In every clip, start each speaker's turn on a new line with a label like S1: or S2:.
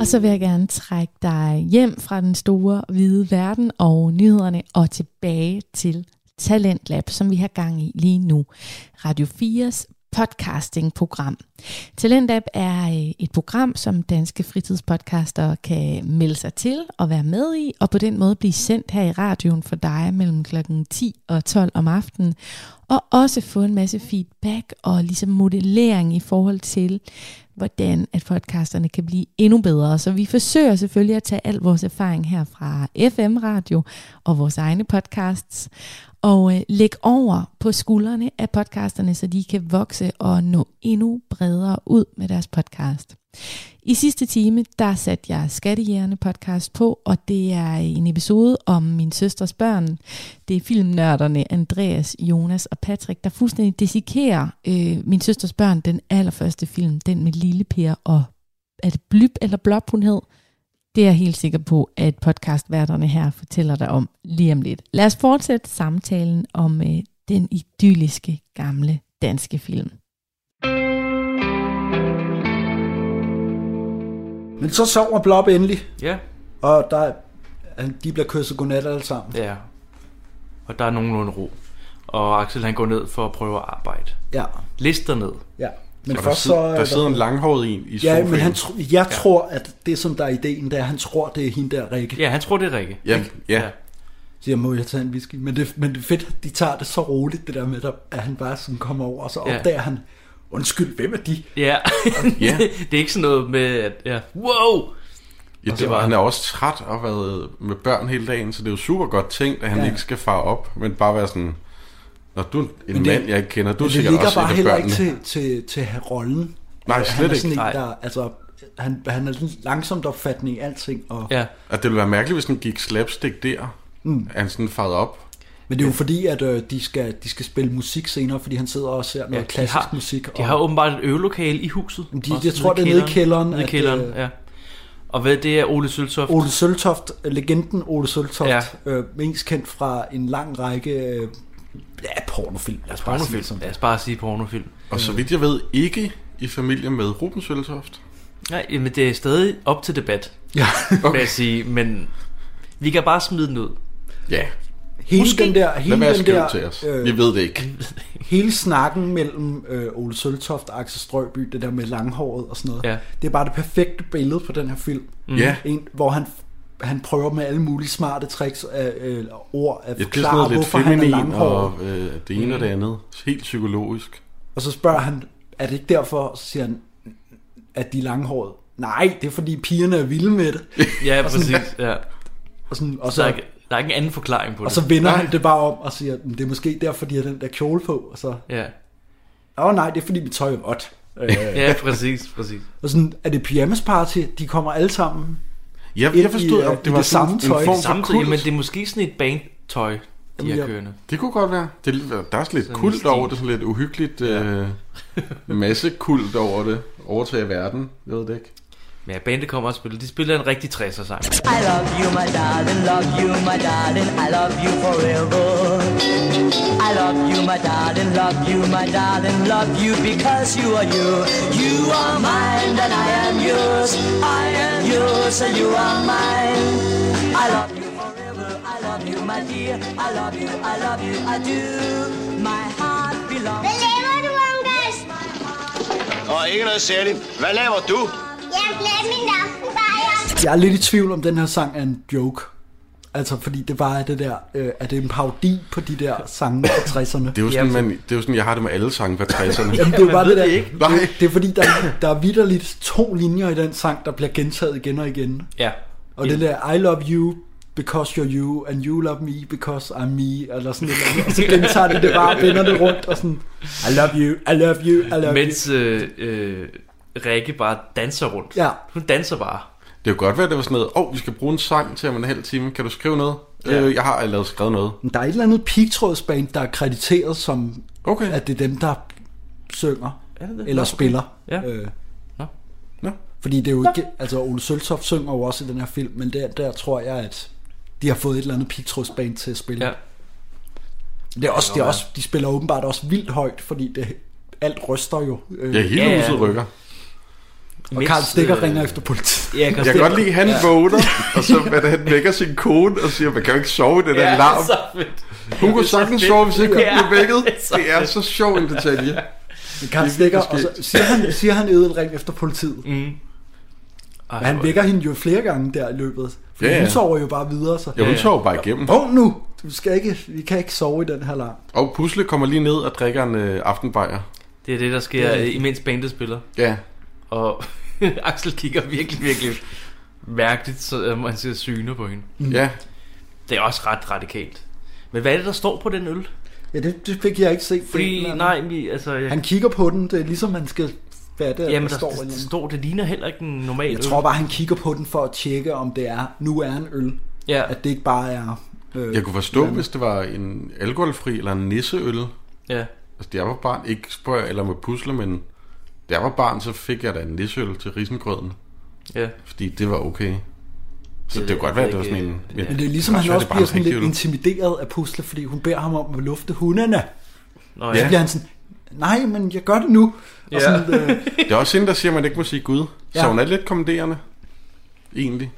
S1: Og så vil jeg gerne trække dig hjem fra den store hvide verden og nyhederne og tilbage til Talentlab, som vi har gang i lige nu. Radio 4's podcasting-program. Talentlab er øh, et program, som danske fritidspodcaster kan melde sig til og være med i, og på den måde blive sendt her i radioen for dig mellem kl. 10 og 12 om aftenen, og også få en masse feedback og ligesom modellering i forhold til, hvordan at podcasterne kan blive endnu bedre. Så vi forsøger selvfølgelig at tage al vores erfaring her fra FM Radio og vores egne podcasts, og øh, lægge over på skuldrene af podcasterne, så de kan vokse og nå endnu bredere ud med deres podcast. I sidste time, der satte jeg Skattejægerne podcast på, og det er en episode om min søsters børn. Det er filmnørderne Andreas, Jonas og Patrick, der fuldstændig desikerer øh, min søsters børn, den allerførste film, den med Lille Per og er det Blyb eller Blop, hun hed? Det er jeg helt sikker på, at podcastværterne her fortæller dig om lige om lidt. Lad os fortsætte samtalen om øh, den idylliske gamle danske film.
S2: Men så sover Blob endelig,
S3: Ja,
S2: og der, er- han- de bliver kysset godnat alle sammen.
S3: ja. Og der er nogenlunde ro. Og Axel han går ned for at prøve at arbejde.
S2: Ja,
S3: Lister ned.
S2: ja. Men
S4: Og der,
S2: først
S4: sidder,
S2: så... øh,
S4: der sidder en langhåret en i sofaen.
S2: Ja, men han tr- jeg tror, at det som der er ideen, det er, at han tror, det er hende der, Rikke.
S3: Ja, han tror det er Rikke.
S4: Ja, ja.
S2: Så jeg må jeg tage en whisky. Men det, men det er fedt, de tager det så roligt, det der med, at- at han bare sådan kommer over, og så
S3: Ja.
S2: opdager han, undskyld, hvem er de?
S3: Ja.
S4: Ja.
S3: det er ikke sådan noget med, at... Ja. Wow!
S4: ja det var, han er også træt og har været med børn hele dagen, så det er jo super godt tænkt, at han
S2: Ja.
S4: ja. ikke skal fare op, men bare være sådan, når du er en
S2: det-
S4: mand, jeg ikke kender, du
S2: Men
S4: er
S2: det
S4: sikkert
S2: ligger
S4: også
S2: bare
S4: et af
S2: heller ikke
S4: børnene.
S2: til, til, til rollen.
S4: Nej,
S2: han
S4: slet
S2: er sådan
S4: ikke.
S2: en,
S3: Nej.
S2: der, altså, han, han er sådan langsomt opfattende i alting. Og,
S3: Ja.
S4: At det ville være mærkeligt, hvis han gik slapstick der, mm. at han sådan farede op.
S2: Men det er jo fordi, at øh, de, skal, de skal spille musik senere, fordi han sidder og ser noget
S3: ja
S2: ja, klassisk musik.
S3: De har åbenbart et øvelokale i huset.
S2: Jamen, de-
S3: Også
S2: jeg tror, det er nede i kælderen,
S3: Nede i
S2: at,
S3: kælderen,
S2: øh,
S3: ja. Og hvad det er Ole Søltoft?
S2: Ole Søltoft, legenden Ole Søltoft,
S3: Ja.
S2: ja. øh, mest kendt fra en lang række øh, ja, pornofilm. Lad os bare sige det
S3: pornofilm.
S2: sådan.
S3: Lad os bare sige pornofilm.
S4: Og
S2: Mm.
S4: så vidt jeg ved, ikke i familie med Ruben Søltoft.
S3: Nej, men det er stadig op til debat,
S2: Ja.
S3: okay. vil jeg sige. Men vi kan bare smide den ud.
S4: Ja,
S2: Hele
S3: Måske.
S2: den der,
S4: lad
S2: hele
S4: være at
S2: den
S4: skrive
S2: der
S4: til os. Vi
S2: øh,
S4: ved det ikke.
S2: hele snakken mellem øh, Ole Søltoft og Axel Strøby, det der med langhåret og sådan noget.
S3: Ja.
S2: Det er bare det perfekte billede på den her film.
S4: Mm. Ja,
S2: En, hvor han han prøver med alle mulige smarte tricks af øh, ord at
S4: ja det er sådan
S2: forklare,
S4: noget lidt
S2: hvorfor han er
S4: feminin
S2: langhåret. Mm.
S4: og øh, det ene og det andet. Helt psykologisk.
S2: Og så spørger han, er det ikke derfor, Og så siger han, at de er langhårede? Nej, det er fordi pigerne er vilde med det.
S3: Ja,
S2: sådan-
S3: præcis. Ja.
S2: Og, sådan, og,
S3: Så der, er,
S2: så,
S3: ikke- der er ikke en anden forklaring på det.
S2: og så vender han det bare om og siger, "Men det er måske derfor, de har den der kjole på. Og så,
S3: Ja.
S2: åh nej, det er fordi mit tøj er vådt. Øh,
S3: ja, præcis, præcis.
S2: og sådan, er det pyjamas party? De kommer alle sammen.
S4: Ja,
S2: Et
S4: jeg forstod,
S2: i, øh,
S4: at
S2: i
S4: det var
S2: det
S4: sådan
S2: samme
S4: en
S2: tøj.
S4: form for
S3: Samtidig, men
S4: kult.
S3: det er måske sådan et bandtøj, de
S2: Jamen,
S3: har
S2: ja.
S3: kørende.
S4: Det kunne godt være. Det, er- der er sådan lidt
S3: Sådan
S4: kult
S3: stil.
S4: over det, sådan lidt uhyggeligt. Øh, masse kult over det. Overtage verden, jeg ved det ikke.
S3: Men ja, bandet kommer og spiller. De spiller en rigtig 60'er sang.
S5: I love you, my darling, love you, my darling, I love you forever. I love you, my darling, love you, my darling, love you because you are you. You are mine and I am yours. I am yours and you are mine. I love you forever. I love you, my dear. I love you, I love you, I do. My heart belongs.
S6: Hvad laver du, Angus?
S7: Og ikke noget særligt. Hvad laver du?
S6: Jeg har glemt min aftenbajer.
S2: Jeg er lidt i tvivl om, den her sang er en joke. Altså, fordi det bare er det der, øh, er det en parodi på de der sange fra 60'erne?
S4: Det er jo sådan, man, det er jo sådan jeg har det med alle sange fra 60'erne.
S2: Jamen, det er jo bare det der.
S3: ikke.
S4: Nej.
S2: Det, det er fordi, der, der er vidderligt to linjer i den sang, der bliver gentaget igen og igen.
S3: Ja.
S2: Og det der, I love you because you're you, and you love me because I'm me, eller sådan noget. Og så gentager det det bare, og vender det rundt, og sådan, I love you, I love you, I love you.
S3: Mens øh, øh, Rikke bare danser rundt.
S2: Ja.
S3: Hun danser bare.
S4: Det kunne godt være, det var sådan noget, åh, oh, vi skal bruge en sang til om en halv time. Kan du skrive noget?
S3: Ja.
S4: Ja. Øh, jeg har allerede skrevet noget.
S2: Men Der er et eller andet pigtrådsband, der er krediteret som,
S4: Okay.
S2: at det er dem, der synger,
S3: Er det det?
S2: eller
S3: Nå,
S2: spiller.
S3: Ja.
S2: Øh,
S3: Nå.
S4: Nå.
S2: Fordi det er jo ikke, altså Ole Søltoft synger jo også i den her film, men der, der tror jeg, at de har fået et eller andet pigtrådsband til at spille.
S3: Ja.
S2: Det er også, det er også, de spiller åbenbart også vildt højt, fordi det, alt ryster jo. Øh,
S4: Ja, hele
S3: Ja, ja.
S4: huset rykker.
S2: Og Karl Stikker øh... ringer efter politiet.
S3: Altså, Ja, Karl
S4: Jeg kan godt lide, at han ja. vågner, og så hvad det, han vækker sin kone og siger, man kan jo ikke sove i den der
S3: Ja,
S4: larm.
S3: så fedt.
S4: Hun kunne
S3: Det er så
S4: sagtens
S3: fedt.
S4: sove, hvis ikke hun
S3: Ja,
S4: blev vækket.
S3: det er så
S4: Det er
S3: fedt.
S4: så sjov en detalje.
S2: Karl Stikker, og så siger han, siger han Edel ring efter politiet. Men
S3: Mm. Ej,
S2: han vækker hende jo flere gange der i løbet. For
S4: Ja,
S2: ja,
S4: ja.
S2: ja. hun sover jo bare videre, så...
S4: Ja, hun
S3: Ja, ja.
S4: sover bare igennem.
S2: Vågn nu! Du skal ikke, vi kan ikke sove i den her larm.
S4: Og Pusle kommer lige ned og drikker en øh, aftenbajer.
S3: Det er det, der sker,
S2: Ja.
S3: ja. imens bandet spiller.
S4: Ja,
S3: Og Axel kigger virkelig, virkelig mærkeligt, så øh, han ser syner på hende.
S2: Mm.
S4: ja.
S3: Det er også ret radikalt. Men hvad er det, der står på den øl?
S2: Ja, det, det fik jeg ikke set. Det er
S3: Fordi,
S2: en-
S3: nej, vi, altså... Jeg,
S2: Han kigger på den, det er ligesom, man skal... Hvad er det,
S3: jamen,
S2: der,
S3: der,
S2: står
S3: der,
S2: i
S3: der
S2: den?
S3: står, det ligner heller ikke en normal
S2: Jeg
S3: øl.
S2: tror bare, han kigger på den for at tjekke, om det er, nu er en øl.
S3: ja.
S2: At det ikke bare er... Øh,
S4: Jeg kunne forstå, hvis det var en alkoholfri eller en nisseøl.
S3: ja.
S4: Altså, da jeg var barn, ikke spørg eller med pusle, men da jeg var barn, så fik jeg da en nisseøl til risengrøden.
S3: Ja.
S4: Fordi det var okay. Så
S3: Det
S4: det, det kunne
S3: ved
S4: godt være,
S3: jeg
S4: at det var sådan
S3: ikke.
S4: en...
S3: Ja.
S2: Men det er ligesom,
S4: Det
S2: at
S4: kan
S2: han
S4: også
S2: også
S4: være,
S2: bliver
S4: det
S2: sådan lidt
S4: bare er
S2: intimideret af Pusle, fordi hun beder ham om at lufte hunderne.
S3: Nå,
S2: Så
S3: ja.
S2: bliver han sådan, nej, men jeg gør det nu. Og
S3: Ja.
S2: sådan, øh,
S4: Det er også hende, der siger, at man ikke må sige Gud. Så
S2: Ja.
S4: hun er lidt kommanderende. Egentlig.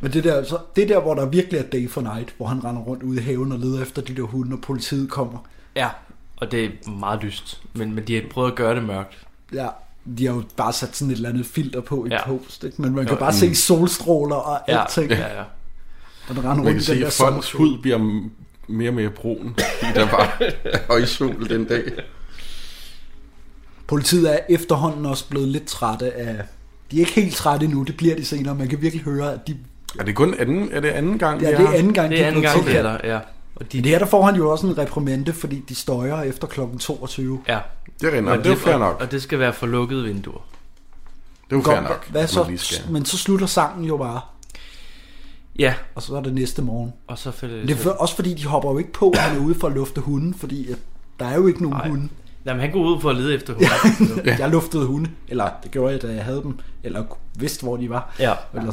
S2: men det der, så, det er der, hvor der virkelig er day for night, hvor han render rundt ude i haven og leder efter de der hunde, og politiet kommer.
S3: ja. Og det er meget lyst. Men, men de har prøvet at gøre det mørkt.
S2: Ja, de har jo bare sat sådan et eller andet filter på i ja.
S3: Ja. Mm.
S2: post, ikke? men man kan bare se solstråler og
S3: Ja,
S2: alting. Ja.
S3: ja, ja.
S2: Og den render
S4: Man
S2: rundt
S4: kan
S2: i den
S4: se,
S2: der
S4: at folks
S2: sommerfugl.
S4: hud bliver m- mere og mere brun, fordi der var højsol den dag.
S2: Politiet er efterhånden også blevet lidt trætte af... De er ikke helt trætte endnu, det bliver de senere. Man kan virkelig høre, at de,
S4: Er det kun anden, er det anden gang,
S2: ja,
S4: vi
S2: det er
S4: har-
S2: anden gang,
S3: Det er anden gang,
S2: tilkaldt.
S3: det er der, ja. Og de,
S2: Men her der får han jo også en reprimande, fordi de støjer efter klokken 22.
S3: ja.
S4: Det rinder,
S3: Og
S4: det er jo fair
S3: og-
S4: nok.
S3: Og det skal være for lukkede vinduer.
S4: Det er jo fair nok.
S2: hvad
S4: at
S2: så?
S4: man lige skal.
S2: Men så slutter sangen jo bare,
S3: Ja,
S2: og så er det næste morgen.
S3: og så falder
S2: Men det er for, også fordi, de hopper jo ikke på, at han er ude for at lufte hunden, fordi at der er jo ikke nogen
S3: Nej.
S2: hunde.
S3: Jamen, han går ud for at lede efter hunden.
S2: Ja. Jeg luftede hunde, eller det gjorde jeg, da jeg havde dem, eller vidste, hvor de var.
S3: ja.
S2: Eller,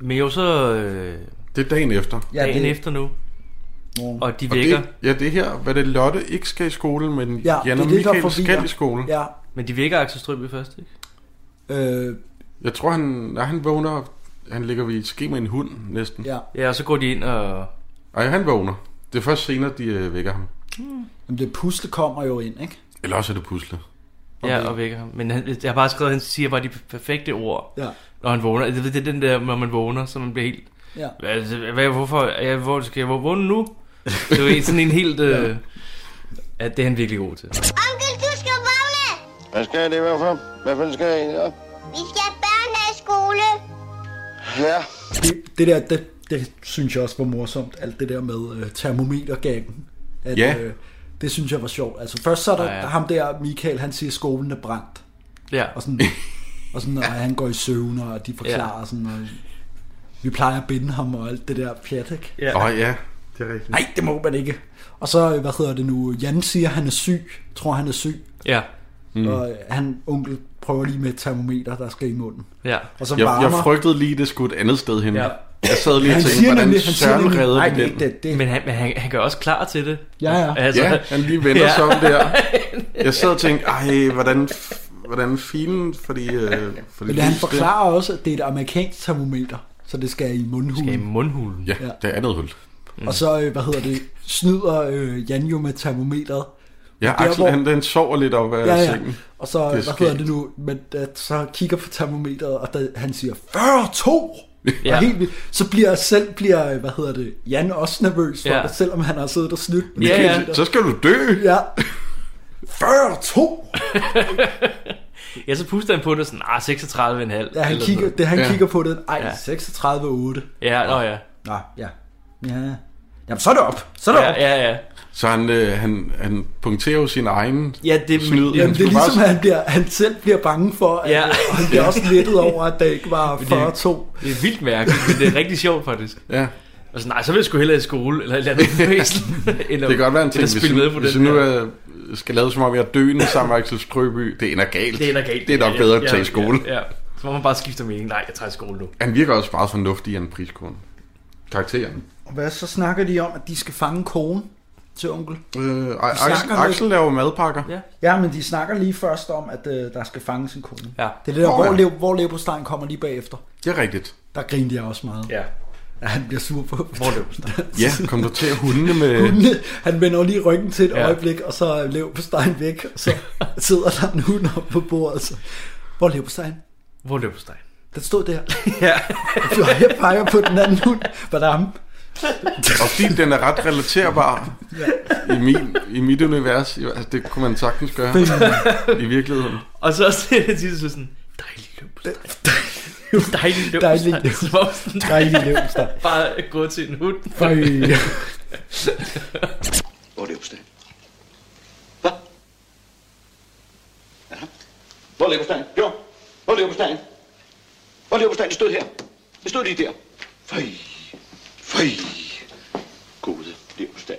S3: Men jo så øh,
S4: Det er dagen efter.
S2: ja,
S3: dagen det... efter nu,
S2: Morgen.
S3: og de
S4: Og
S3: vækker,
S4: det, ja, det er her, hvad det er, Lotte ikke skal i skole, men ja, Jan og
S2: det er det, der
S4: Michael
S2: forvirrer.
S4: skal i skole. Ja.
S2: Ja,
S3: men de vækker Axel Strøby først, ikke?
S2: øh,
S4: Jeg tror, han, når han vågner, han ligger ved et ske med en hund næsten. Ja.
S2: ja.
S3: Ja, og så går de ind og...
S4: Ej, han vågner. Det er først senere, de øh, vækker ham.
S2: Jamen, det pusle kommer jo ind, ikke?
S4: Eller også er det pusle.
S3: Ja, og vækker ham. Men han, jeg har bare skrevet, at han siger bare de perfekte ord,
S2: Ja,
S3: når han vågner. Det, det er den der, når man vågner, så man bliver helt...
S2: ja.
S3: Hvad, hvad hvorfor? Ja, hvor skal jeg vågne nu? Det er sådan en helt... Øh, ja, det er han virkelig god til.
S6: Onkel, du skal vågne.
S7: Hvad skal jeg det i hvert fald? Hvad fanden skal jeg egentlig op?
S6: Vi skal børnehøjskole.
S7: Ja.
S2: Det, det der, det, det synes jeg også var morsomt, alt det der med øh, termometergangen. At,
S4: Ja.
S2: øh, det synes jeg var sjovt. Altså først så er der
S3: Ja,
S2: ja,
S3: ja.
S2: ja. ham der, Michael, han siger, at skolen er brændt.
S3: Ja,
S2: Og sådan, og sådan, og han går i søvn, og de forklarer ja. sådan, og vi plejer at binde ham og alt det der pjat, ikke?
S3: Ja.
S4: Åh ja, det er rigtigt.
S2: Nej, det må man ikke. Og så, øh, hvad hedder det nu, Jan siger, han er syg, tror han er syg,
S3: ja,
S2: mm. og øh, han, onkel, prøver lige med et termometer, der skal i munden.
S3: ja.
S2: Og så
S4: Jeg, jeg
S2: varmer...
S4: frygtede lige, det skulle et andet sted hen. Ja.
S3: Ja.
S4: Jeg sad lige og
S2: han
S4: tænkte,
S2: siger
S4: hvordan
S2: nemlig, han siger
S4: Søren
S2: nemlig,
S4: redder
S2: nej,
S4: den
S2: det,
S4: ind.
S2: det, det,
S3: Men han, men han, han gør også klar til det.
S2: ja, ja.
S3: Altså,
S4: Ja, han lige vender ja.
S3: Ja.
S4: sig om der. Jeg sad og tænkte, ej, hvordan, hvordan filen, fordi... Øh, fordi
S2: Men han forklarer også, at det er et amerikansk termometer, så det skal i mundhulen.
S3: Ja, i mundhulen.
S4: Ja, det er andet hul.
S2: Og så, øh, hvad hedder det, snyder øh, Jan jo med termometeret.
S4: Ja,
S2: der,
S4: Axel,
S2: hvor-
S4: han, han sover lidt op af
S2: Ja, ja.
S4: sengen.
S2: Og så,
S4: Det er
S2: hvad hedder
S4: skægt.
S2: det nu, men at, så kigger på termometeret, og der, han siger 42! Ja.
S3: Ja.
S2: Og helt vildt. Så bliver selv, bliver, øh, hvad hedder det, Jan også nervøs for
S3: Ja.
S2: ja. det, selvom han har siddet og snydt. med
S3: Ja, ja.
S2: termometeret.
S4: Så skal du dø!
S2: ja. 42!
S3: Ja, så puster han på det sådan, ah, 36,5.
S2: Ja, han
S3: Eller
S2: kigger,
S3: sådan.
S2: det, han
S4: Ja.
S2: ja. kigger på det, ej,
S3: Ja.
S2: 36,8.
S3: Ja, nå ja.
S2: Nå, ja. Ja. Jamen, så er det op. Så er det
S3: Ja,
S2: op.
S3: ja, ja.
S4: Så han, øh, han, han punkterer jo sin egen
S3: Ja, det er
S4: snyd.
S2: Jamen, det er
S4: skulle
S2: ligesom,
S4: bare-
S2: at han, bliver, han selv bliver bange for, at,
S3: Ja.
S2: ja. og han bliver også lettet over, at det ikke var
S3: det er-
S2: 42.
S3: Det er vildt mærkeligt, men det er rigtig sjovt faktisk.
S4: Ja,
S3: Og så, nej, så vil jeg sgu hellere i skole, eller et eller andet væsen.
S4: det kan godt være en ting,
S3: hvis,
S4: hvis,
S3: med på
S4: hvis
S3: den
S4: jeg nu
S3: her.
S4: er, skal lade som om jeg er døende sammen med Axel Strøby, det ender galt.
S3: Det er da galt.
S4: Det er nok
S3: Ja,
S4: bedre
S3: ja,
S4: at tage i
S3: ja,
S4: skole.
S3: Ja, Så må man bare skifte mening. Nej, jeg tager i skole nu.
S4: Han virker også meget fornuftig i en priskone. Karakteren.
S2: Og hvad så snakker de om, at de skal fange konen? til onkel?
S4: Øh, ej, Axel,
S2: snakker lidt.
S4: Axel laver madpakker.
S3: Ja.
S2: Ja, men de snakker lige først om, at øh, der skal fanges en kone.
S3: Ja.
S2: Det er det der,
S4: Nå,
S2: hvor,
S4: ja.
S2: lev, hvor leverpostejen kommer lige bagefter.
S4: Det er rigtigt.
S2: Der grinte jeg også meget.
S3: Ja.
S2: Ja, han bliver sur på.
S3: Hvor leverpostejen?
S4: Ja, kom du til at hundene med...
S2: Han vender lige ryggen til et
S3: Ja.
S2: ja. øjeblik, og så er leverpostejen væk, og så sidder der en hund oppe på bordet. Så. Hvor er leverpostejen?
S3: Hvor leverpostejen?
S2: Den stod der.
S3: Ja.
S2: Og jeg peger på den anden hund. Var der ham?
S4: Og fordi den er ret relaterbar i, min, i mit univers, i- altså, det kunne man sagtens gøre i virkeligheden.
S3: Og så også det, at de sådan, dejlig leverpostej. Dejlig leverpostej.
S2: Dejlig
S3: Så var hun sådan,
S2: Dejlig leverpostej.
S3: bare gået til en hund.
S2: Føj.
S7: Hvor er leverpostejen? Hvad? Er der? Hvor er leverpostejen? Jo, hvor er leverpostejen? Hvor er leverpostejen? Det stod her. Det stod lige der. Føj, føj. Gode leverpostej.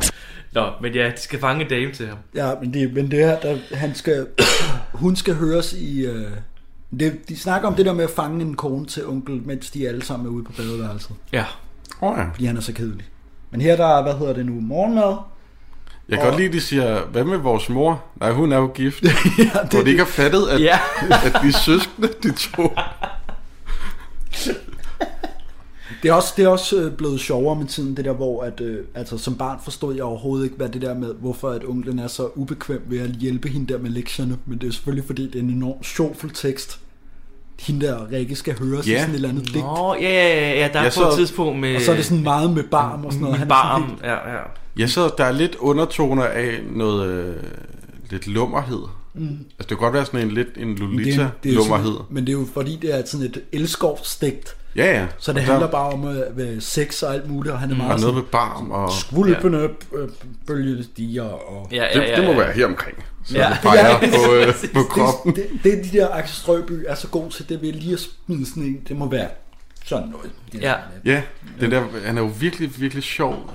S3: Nå, men ja, de skal fange en dame til ham.
S2: Ja, men det, men det her, der, han skal, hun skal høres i... Øh, det, de snakker om det der med at fange en kone til onkel, mens de alle sammen er ude på badeværelset.
S3: Ja.
S4: Åh oh, ja.
S2: Fordi han er så kedelig. Men her der er, hvad hedder det nu, morgenmad.
S4: Jeg kan godt lide, at de siger, hvad med vores mor? Nej, hun er jo gift.
S2: ja,
S4: Hvor de ikke har fattet, at,
S3: Ja.
S4: at de er søskende, de to.
S2: Det er også, det er også øh, blevet sjovere med tiden, det der, hvor at, øh, altså, som barn forstod jeg overhovedet ikke, hvad det der med, hvorfor at onklen er så ubekvem ved at hjælpe hende der med lektierne. Men det er jo selvfølgelig, fordi det er en enorm sjovfuld tekst. Hende der Rikke skal høre sig
S4: Ja.
S2: yeah. sådan et eller andet digt.
S3: Nå, ja, ja, ja, ja, der er
S4: Ja,
S3: på et
S4: så-
S3: tidspunkt med...
S2: Og så er det sådan meget med barm og sådan noget.
S3: Med
S2: Han er sådan
S3: barm,
S2: helt-
S3: ja, ja.
S4: Ja, så der er lidt undertoner af noget øh, lidt lummerhed. Mm. Altså, det kan godt være sådan en lidt en
S2: er jo sådan,
S4: Lolita-lummerhed.
S2: men det er jo fordi, det er sådan et elskovsdigt.
S4: Ja, ja.
S2: Så det
S4: Og
S2: handler
S4: der, Mm.
S2: bare om øh, hvad sex og alt muligt, og han er
S4: Og
S2: meget
S4: noget
S2: sådan,
S4: med barm og...
S2: skvulpende øh, bølgestiger og...
S3: Ja, ja,
S4: Det,
S3: ja, ja.
S4: det må være her omkring. Så
S3: Ja.
S4: ja. peger på, øh, på kroppen.
S2: Det, det, det, de der Axel Strøby er så god til, det vil lige at smide sådan en, det må være sådan noget. Det
S3: Ja.
S4: Ja, det der, han er jo virkelig, virkelig sjov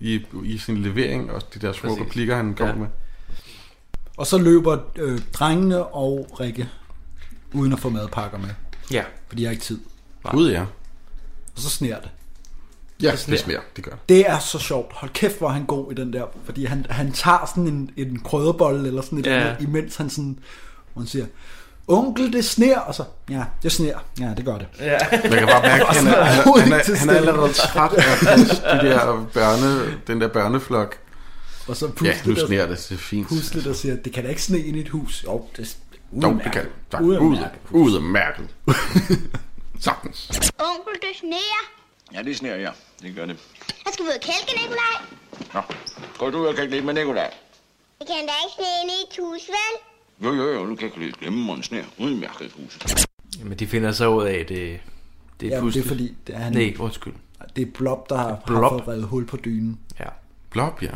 S4: i, i sin levering, og de der små
S3: Præcis.
S4: replikker, han kommer
S3: Ja.
S4: ja. med.
S2: Og så løber øh, drengene og Rikke, uden at få madpakker med,
S3: Ja.
S2: fordi jeg har ikke tid.
S4: Gud ja.
S2: Og så sner det.
S4: Ja,
S3: sner.
S4: det smager, det gør.
S2: Det er så sjovt. Hold kæft, hvor er han god i den der. Fordi han, han tager sådan en, en krødderbolle eller sådan et
S3: Ja.
S2: ja. andet, imens han sådan, hvor han siger, onkel, det sner, og så, ja, det sner. Ja, det gør det.
S4: Man kan bare mærke, at han er, han, er, han, er, han er allerede træt af de der børne, den der børneflok.
S2: Og så
S4: Ja,
S2: pusler
S4: nu
S2: ja,
S4: sner det, det er fint.
S2: puslet og siger, det kan da ikke sne ind i et hus. Jo, det er
S4: Dog, det kan tak. Ude, udmærket. Sagtens.
S6: Onkel, det sneer.
S7: Ja, det sneer jeg. Det gør det.
S6: Jeg skal ud og kælke, Nikolaj.
S7: Nå, går du og kan lidt med Nikolaj?
S6: Det kan da ikke sne ind i et hus, vel?
S7: Jo, jo, jo, nu kan jeg lidt glemme mig en sneer. Udmærket huset.
S3: Men de finder så ud af, at det, det er
S2: Ja, det
S3: puslet.
S2: er fordi, det er, han,
S3: Nej, undskyld.
S2: det er Blob, der har, har
S3: Blob.
S2: fået revet hul på dynen.
S3: Ja.
S4: Blop, ja.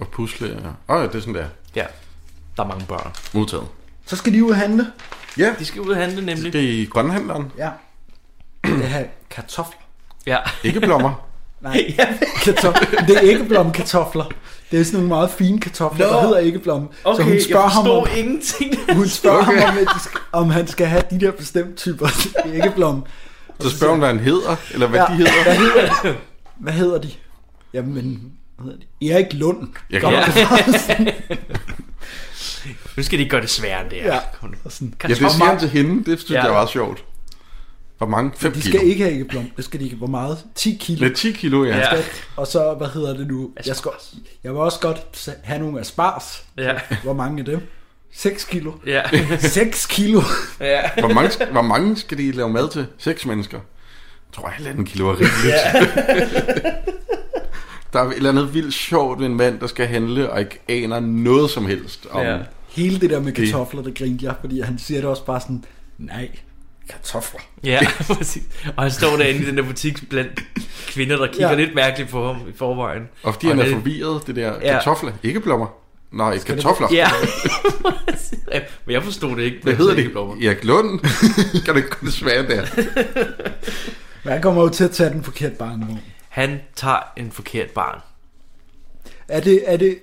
S4: Og pusle, ja. Åh oh, ja, det er sådan der.
S3: Ja. Der er mange børn.
S4: Modtaget.
S2: Så skal de ud og handle.
S4: Ja,
S3: De skal ud og handle nemlig.
S4: det er i grønhandleren.
S2: Ja. Det her kartofler.
S3: Ja.
S4: Ikke blommer.
S2: Nej, kartofler. det er ikke blomkartofler. Det er sådan nogle meget fine kartofler,
S3: Nå.
S2: der hedder ikke blomme. så
S3: Okay,
S2: hun spørger
S3: jeg
S2: ham om,
S3: forstår ingenting.
S2: hun spørger okay. ham om, at de skal, om han skal have de der bestemte typer af æggeblomme.
S4: Så spørger hun, hvad han hedder, eller hvad
S2: Ja.
S4: ja. de hedder.
S2: Hvad hedder de? Hvad hedder de? Jamen, hvad hedder de? Erik Lund.
S4: Jeg kan
S2: Kommer
S3: Ja.
S2: det fra?
S3: Nu skal de ikke gøre det sværere, end det er.
S2: Ja.
S3: Kom nu.
S2: Og sådan,
S4: Ja, det siger han
S3: mange-
S4: til hende. Det synes
S3: Ja.
S4: ja. jeg var sjovt. Hvor mange? 5
S2: De
S4: kilo?
S2: skal ikke have æggeblom. Det skal de ikke. Hvor meget? 10 kilo.
S4: Med 10 kilo, ja.
S3: Ja.
S4: ja.
S2: Og så, hvad hedder det nu? Jeg, skal, jeg vil også godt sa- have nogle asparges.
S3: Ja.
S2: Hvor mange af dem? 6 kilo.
S3: Ja.
S2: 6 kilo.
S3: ja.
S4: Hvor, mange, hvor mange skal de lave mad til? 6 mennesker. Jeg tror, halvanden kilo er rigeligt. Der er et eller andet vildt sjovt ved en mand, der skal handle og ikke aner noget som helst om...
S3: Ja.
S4: Ja.
S2: Hele det der med kartofler, det grinte jeg, fordi han siger det også bare sådan, nej, kartofler.
S3: Ja, præcis. Og han står derinde i den der butik blandt kvinder, der kigger ja.
S2: Ja.
S3: lidt mærkeligt på ham i forvejen.
S4: Og fordi han er
S3: det-
S4: forvirret, det der
S3: Ja.
S4: kartofler. Ikke blommer. Nej, kartofler.
S3: Ja. Præcis. Ja, Men jeg forstod det ikke.
S4: Hvad hedder
S3: Jeg forstod
S4: det? Erik Lund? kan det kun svære der?
S2: Men han kommer jo til at tage den forkerte barnevogn.
S3: Han tager en forkert barn.
S2: Er det, er det,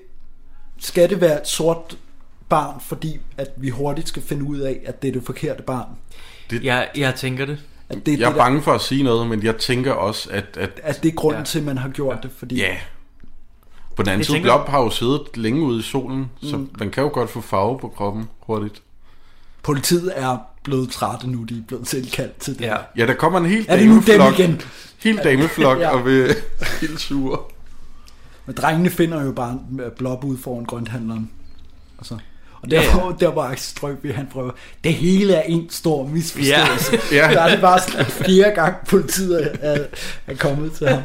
S2: skal det være et sort barn, fordi at vi hurtigt skal finde ud af, at det er det forkerte barn?
S3: Jeg, jeg tænker det.
S2: At det, er
S4: Jeg
S2: det
S4: er bange for at sige noget, men jeg tænker også, at, at
S2: Der, at det er grunden
S3: Ja.
S2: ja. til, at man har gjort det, fordi
S4: Ja. På den anden
S3: Jeg
S4: side,
S3: tænker-
S4: Blob har jo siddet længe ude i solen, så
S2: Mm.
S4: man kan jo godt få farve på kroppen hurtigt.
S2: Politiet er blevet trætte nu, de er blevet tilkaldt til det.
S3: Ja.
S4: Ja, der kommer en helt
S2: Er det nu dem
S4: dameflok.
S2: igen?
S4: Helt dameflok
S2: Ja.
S4: ja. og vil helt sure.
S2: Men drengene finder jo bare øh, Blob ud foran grønthandleren. Og, så. og der,
S3: Ja, ja.
S2: ja, ja. der var Axel Strøby, han prøver, det hele er en stor misforståelse.
S4: Ja. Ja.
S2: Der er det bare sådan flere gange politiet er, er kommet til ham.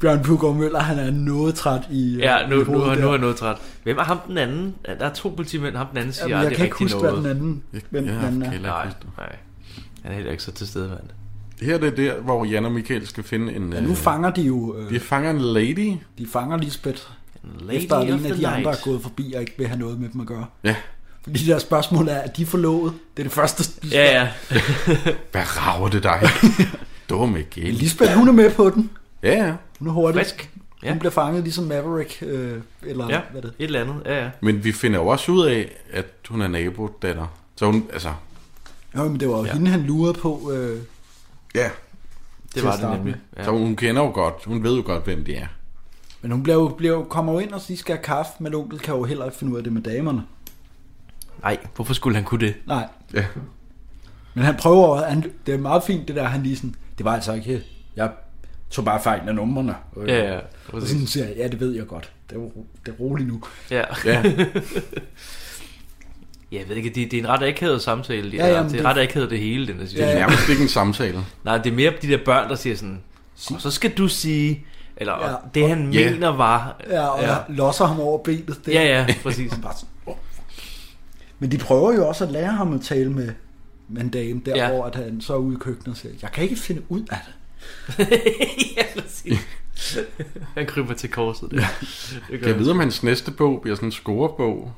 S2: Bjørn Puggaard Møller, han er noget træt i øh,
S3: Ja, nu,
S2: i
S3: nu,
S2: hovedet
S3: nu,
S2: der.
S3: nu er jeg noget træt. Hvem er ham den anden? Der er to politimænd, ham den anden siger
S2: Jamen, jeg
S3: aldrig
S2: kan ikke
S3: rigtig
S2: huske,
S3: noget.
S2: hvad den anden, hvem
S4: Ja,
S2: den anden er.
S4: okay.
S3: Nej, nej. Han er heller ikke så til stede, mand.
S4: Her er det der, hvor Jan og Michael skal finde en...
S2: Ja, nu fanger de jo, øh,
S4: De fanger en lady.
S2: de fanger Lisbeth,
S3: Lady
S2: efter at
S3: of
S2: en af
S3: the
S2: de andre er
S3: night.
S2: gået forbi og ikke vil have noget med dem at gøre.
S4: Ja.
S2: Fordi de der spørgsmål er, at de forlovet? Det er det første, de
S3: Ja, ja.
S4: Hvad rager det dig? Dumme gæld.
S2: Lisbeth, hun er med på den.
S4: Ja, ja.
S2: Hun er hurtig.
S3: Frisk.
S2: Ja.
S3: Ja.
S2: Hun bliver fanget ligesom Maverick, øh, eller
S3: Ja,
S2: ja. hvad det
S3: et eller andet. Ja, ja.
S4: Men vi finder jo også ud af, at hun er nabodatter. Så hun, altså...
S2: Jo, men det var jo ja. hende, han lurede på. Øh,
S4: Ja.
S3: Det
S2: at
S3: var det
S2: starte
S3: nemlig. Ja.
S4: Så hun kender jo godt. Hun ved jo godt, hvem det er.
S2: men hun bliver jo, bliver jo, kommer jo ind og siger, skal have kaffe, men onkel kan jo heller ikke finde ud af det med damerne.
S3: Nej, hvorfor skulle han kunne det?
S2: Nej,
S4: Ja.
S2: men han prøver, han, det er meget fint det der, han lige sådan, det var altså ikke, jeg tog bare fejl af numrene. Øh,
S3: Ja, ja.
S2: Og
S3: Præcis.
S2: sådan siger jeg, ja, det ved jeg godt. Det er, ro- det er roligt nu.
S3: Ja.
S4: Ja.
S3: Jeg ved ikke, det, det er en ret akavet samtale.
S2: Ja,
S3: Ja, ja,
S2: jamen,
S3: det er
S2: det-
S3: ret akavet det hele, den der
S4: Det
S3: situation.
S4: er
S3: Ja.
S4: nærmest ikke en samtale.
S3: Nej, det er mere de der børn, der siger sådan, og så skal du sige, eller
S2: Ja.
S3: ja. det han
S4: Ja.
S3: ja. mener var...
S2: Ja, og ja. losser ham over benet. Det, ligesom
S3: ja, ja, præcis.
S2: Bare sådan, "Åh." Men de prøver jo også at lære ham at tale med, med en dame, der
S3: Ja.
S2: hvor at han så er ude i køkkenet og siger, jeg kan ikke finde ud af det.
S3: ja, præcis. Han kryber til korset der. Det gør
S4: Kan jeg
S3: han.
S4: vide, om hans næste bog bliver sådan en scorebog?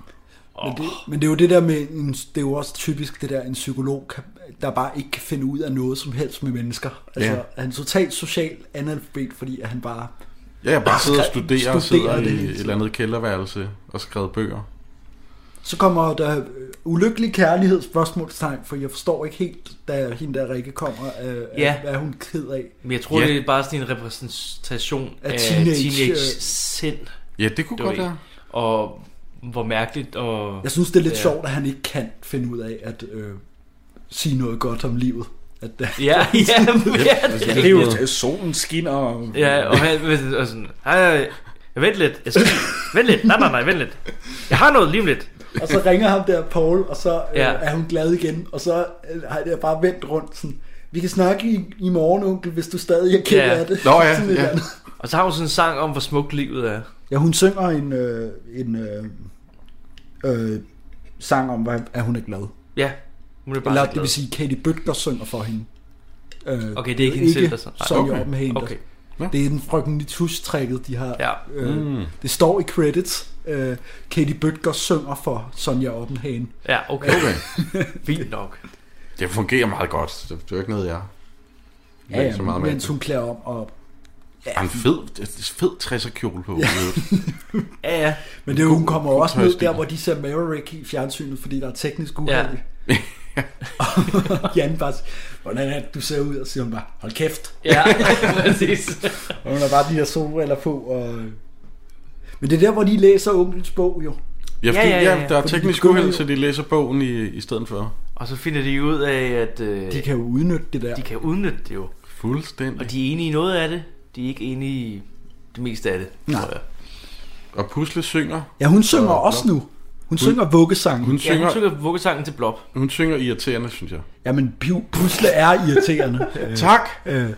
S2: Men det, men det er jo det der med, en, det er jo også typisk det der, en psykolog, kan, der bare ikke kan finde ud af noget som helst med mennesker. Altså,
S4: Ja.
S2: han er totalt social analfabet, fordi at han bare...
S4: Ja, jeg bare sidder og
S2: Skrev-
S4: studerer og sidder
S2: studerer det
S4: i
S2: hele
S4: et eller andet kælderværelse og skrevet bøger.
S2: Så kommer der øh, ulykkelig kærlighed, spørgsmålstegn, for jeg forstår ikke helt, da hende der Rikke kommer, øh,
S3: Ja.
S2: hvad er hun ked af.
S3: Men jeg tror,
S4: Ja.
S3: ja. det er bare sådan en repræsentation
S2: Af
S3: af,
S2: teenage,
S3: teenage,
S2: øh,
S3: teenage sind,
S4: Ja, det kunne
S3: Det var
S4: godt
S3: en.
S4: være.
S3: og hvor mærkeligt og...
S2: Jeg synes, det er lidt ja.
S3: Ja.
S2: sjovt, at han ikke kan finde ud af at øh, sige noget godt om livet. At, øh,
S3: Ja, ja, ja,
S8: Ja, det er jo, solen skinner. og-
S3: ja, og, han, og sådan, hej, vent lidt, jeg skal, vent lidt, nej, nej, nej, vent lidt. Jeg har noget lige om lidt.
S2: og så ringer ham der Paul, og så øh, ja.
S3: Ja.
S2: er hun glad igen, og så øh, har det bare vendt rundt sådan, vi kan snakke i, i morgen, onkel, hvis du stadig er ked
S3: Ja.
S2: af det.
S4: Nå ja,
S2: Sådan et
S4: ja.
S2: eller andet.
S3: Og så har hun sådan en sang om, hvor smukt livet er.
S2: ja hun synger en, øh, en øh, øh, sang om, hvad- at hun er glad.
S3: Ja, hun er bare
S2: Eller
S3: så
S2: det
S3: glad.
S2: vil sige, Katie Bøtger synger for hende. Øh,
S3: Okay, det er ikke hende selv, der synger. Nej,
S2: Sonja
S4: okay.
S2: Oppenhagen, der-
S3: Okay.
S4: Nå.
S2: Det er den frøken Nitush-trækket, de har.
S3: Ja.
S2: Øh, mm. Det står i credits. Øh, Katie Bøtger synger for Sonja Oppenhagen.
S3: Ja, okay.
S4: Okay.
S3: Fint nok.
S4: Det fungerer meget godt. så Det er jo ikke noget, jeg...
S2: Ja,
S4: ikke så meget
S2: ja,
S4: med.
S2: mens hun klæder om. Og,
S4: Ja. En fed, fed 60'er kjole på. Ja.
S3: Ja, ja.
S2: men det, er jo, hun kommer også ned
S4: højstil.
S2: der, hvor de ser Maverick i fjernsynet, fordi der er teknisk uheld.
S3: Ja.
S2: Og Jan bare siger, hvordan er det, du ser ud? Og siger hun bare, hold kæft.
S3: Ja, præcis.
S2: Og hun har bare de her solbriller på. Og... Men det er der, hvor de læser onkels bog jo.
S4: Ja, fordi, ja, ja, ja, der er
S2: Fordi de
S4: teknisk
S2: begynder
S4: uheld,
S2: jo-
S4: så de læser bogen i, i stedet for.
S3: Og så finder de ud af, at øh,
S2: De kan jo udnytte det der.
S3: de kan udnytte det jo.
S4: Fuldstændig.
S3: Og de er enige i noget af det. De er ikke enige i det meste af det,
S2: Nej.
S3: tror jeg.
S4: Og Pusle synger.
S2: Ja, hun synger
S4: Så-
S2: også nu. Hun synger vuggesangen.
S4: Hun
S3: Ja,
S4: synger,
S3: hun synger vuggesangen til Blob.
S4: hun synger irriterende, synes jeg.
S2: Jamen, pu- pusle er irriterende. Øh,
S4: Tak!
S2: øh,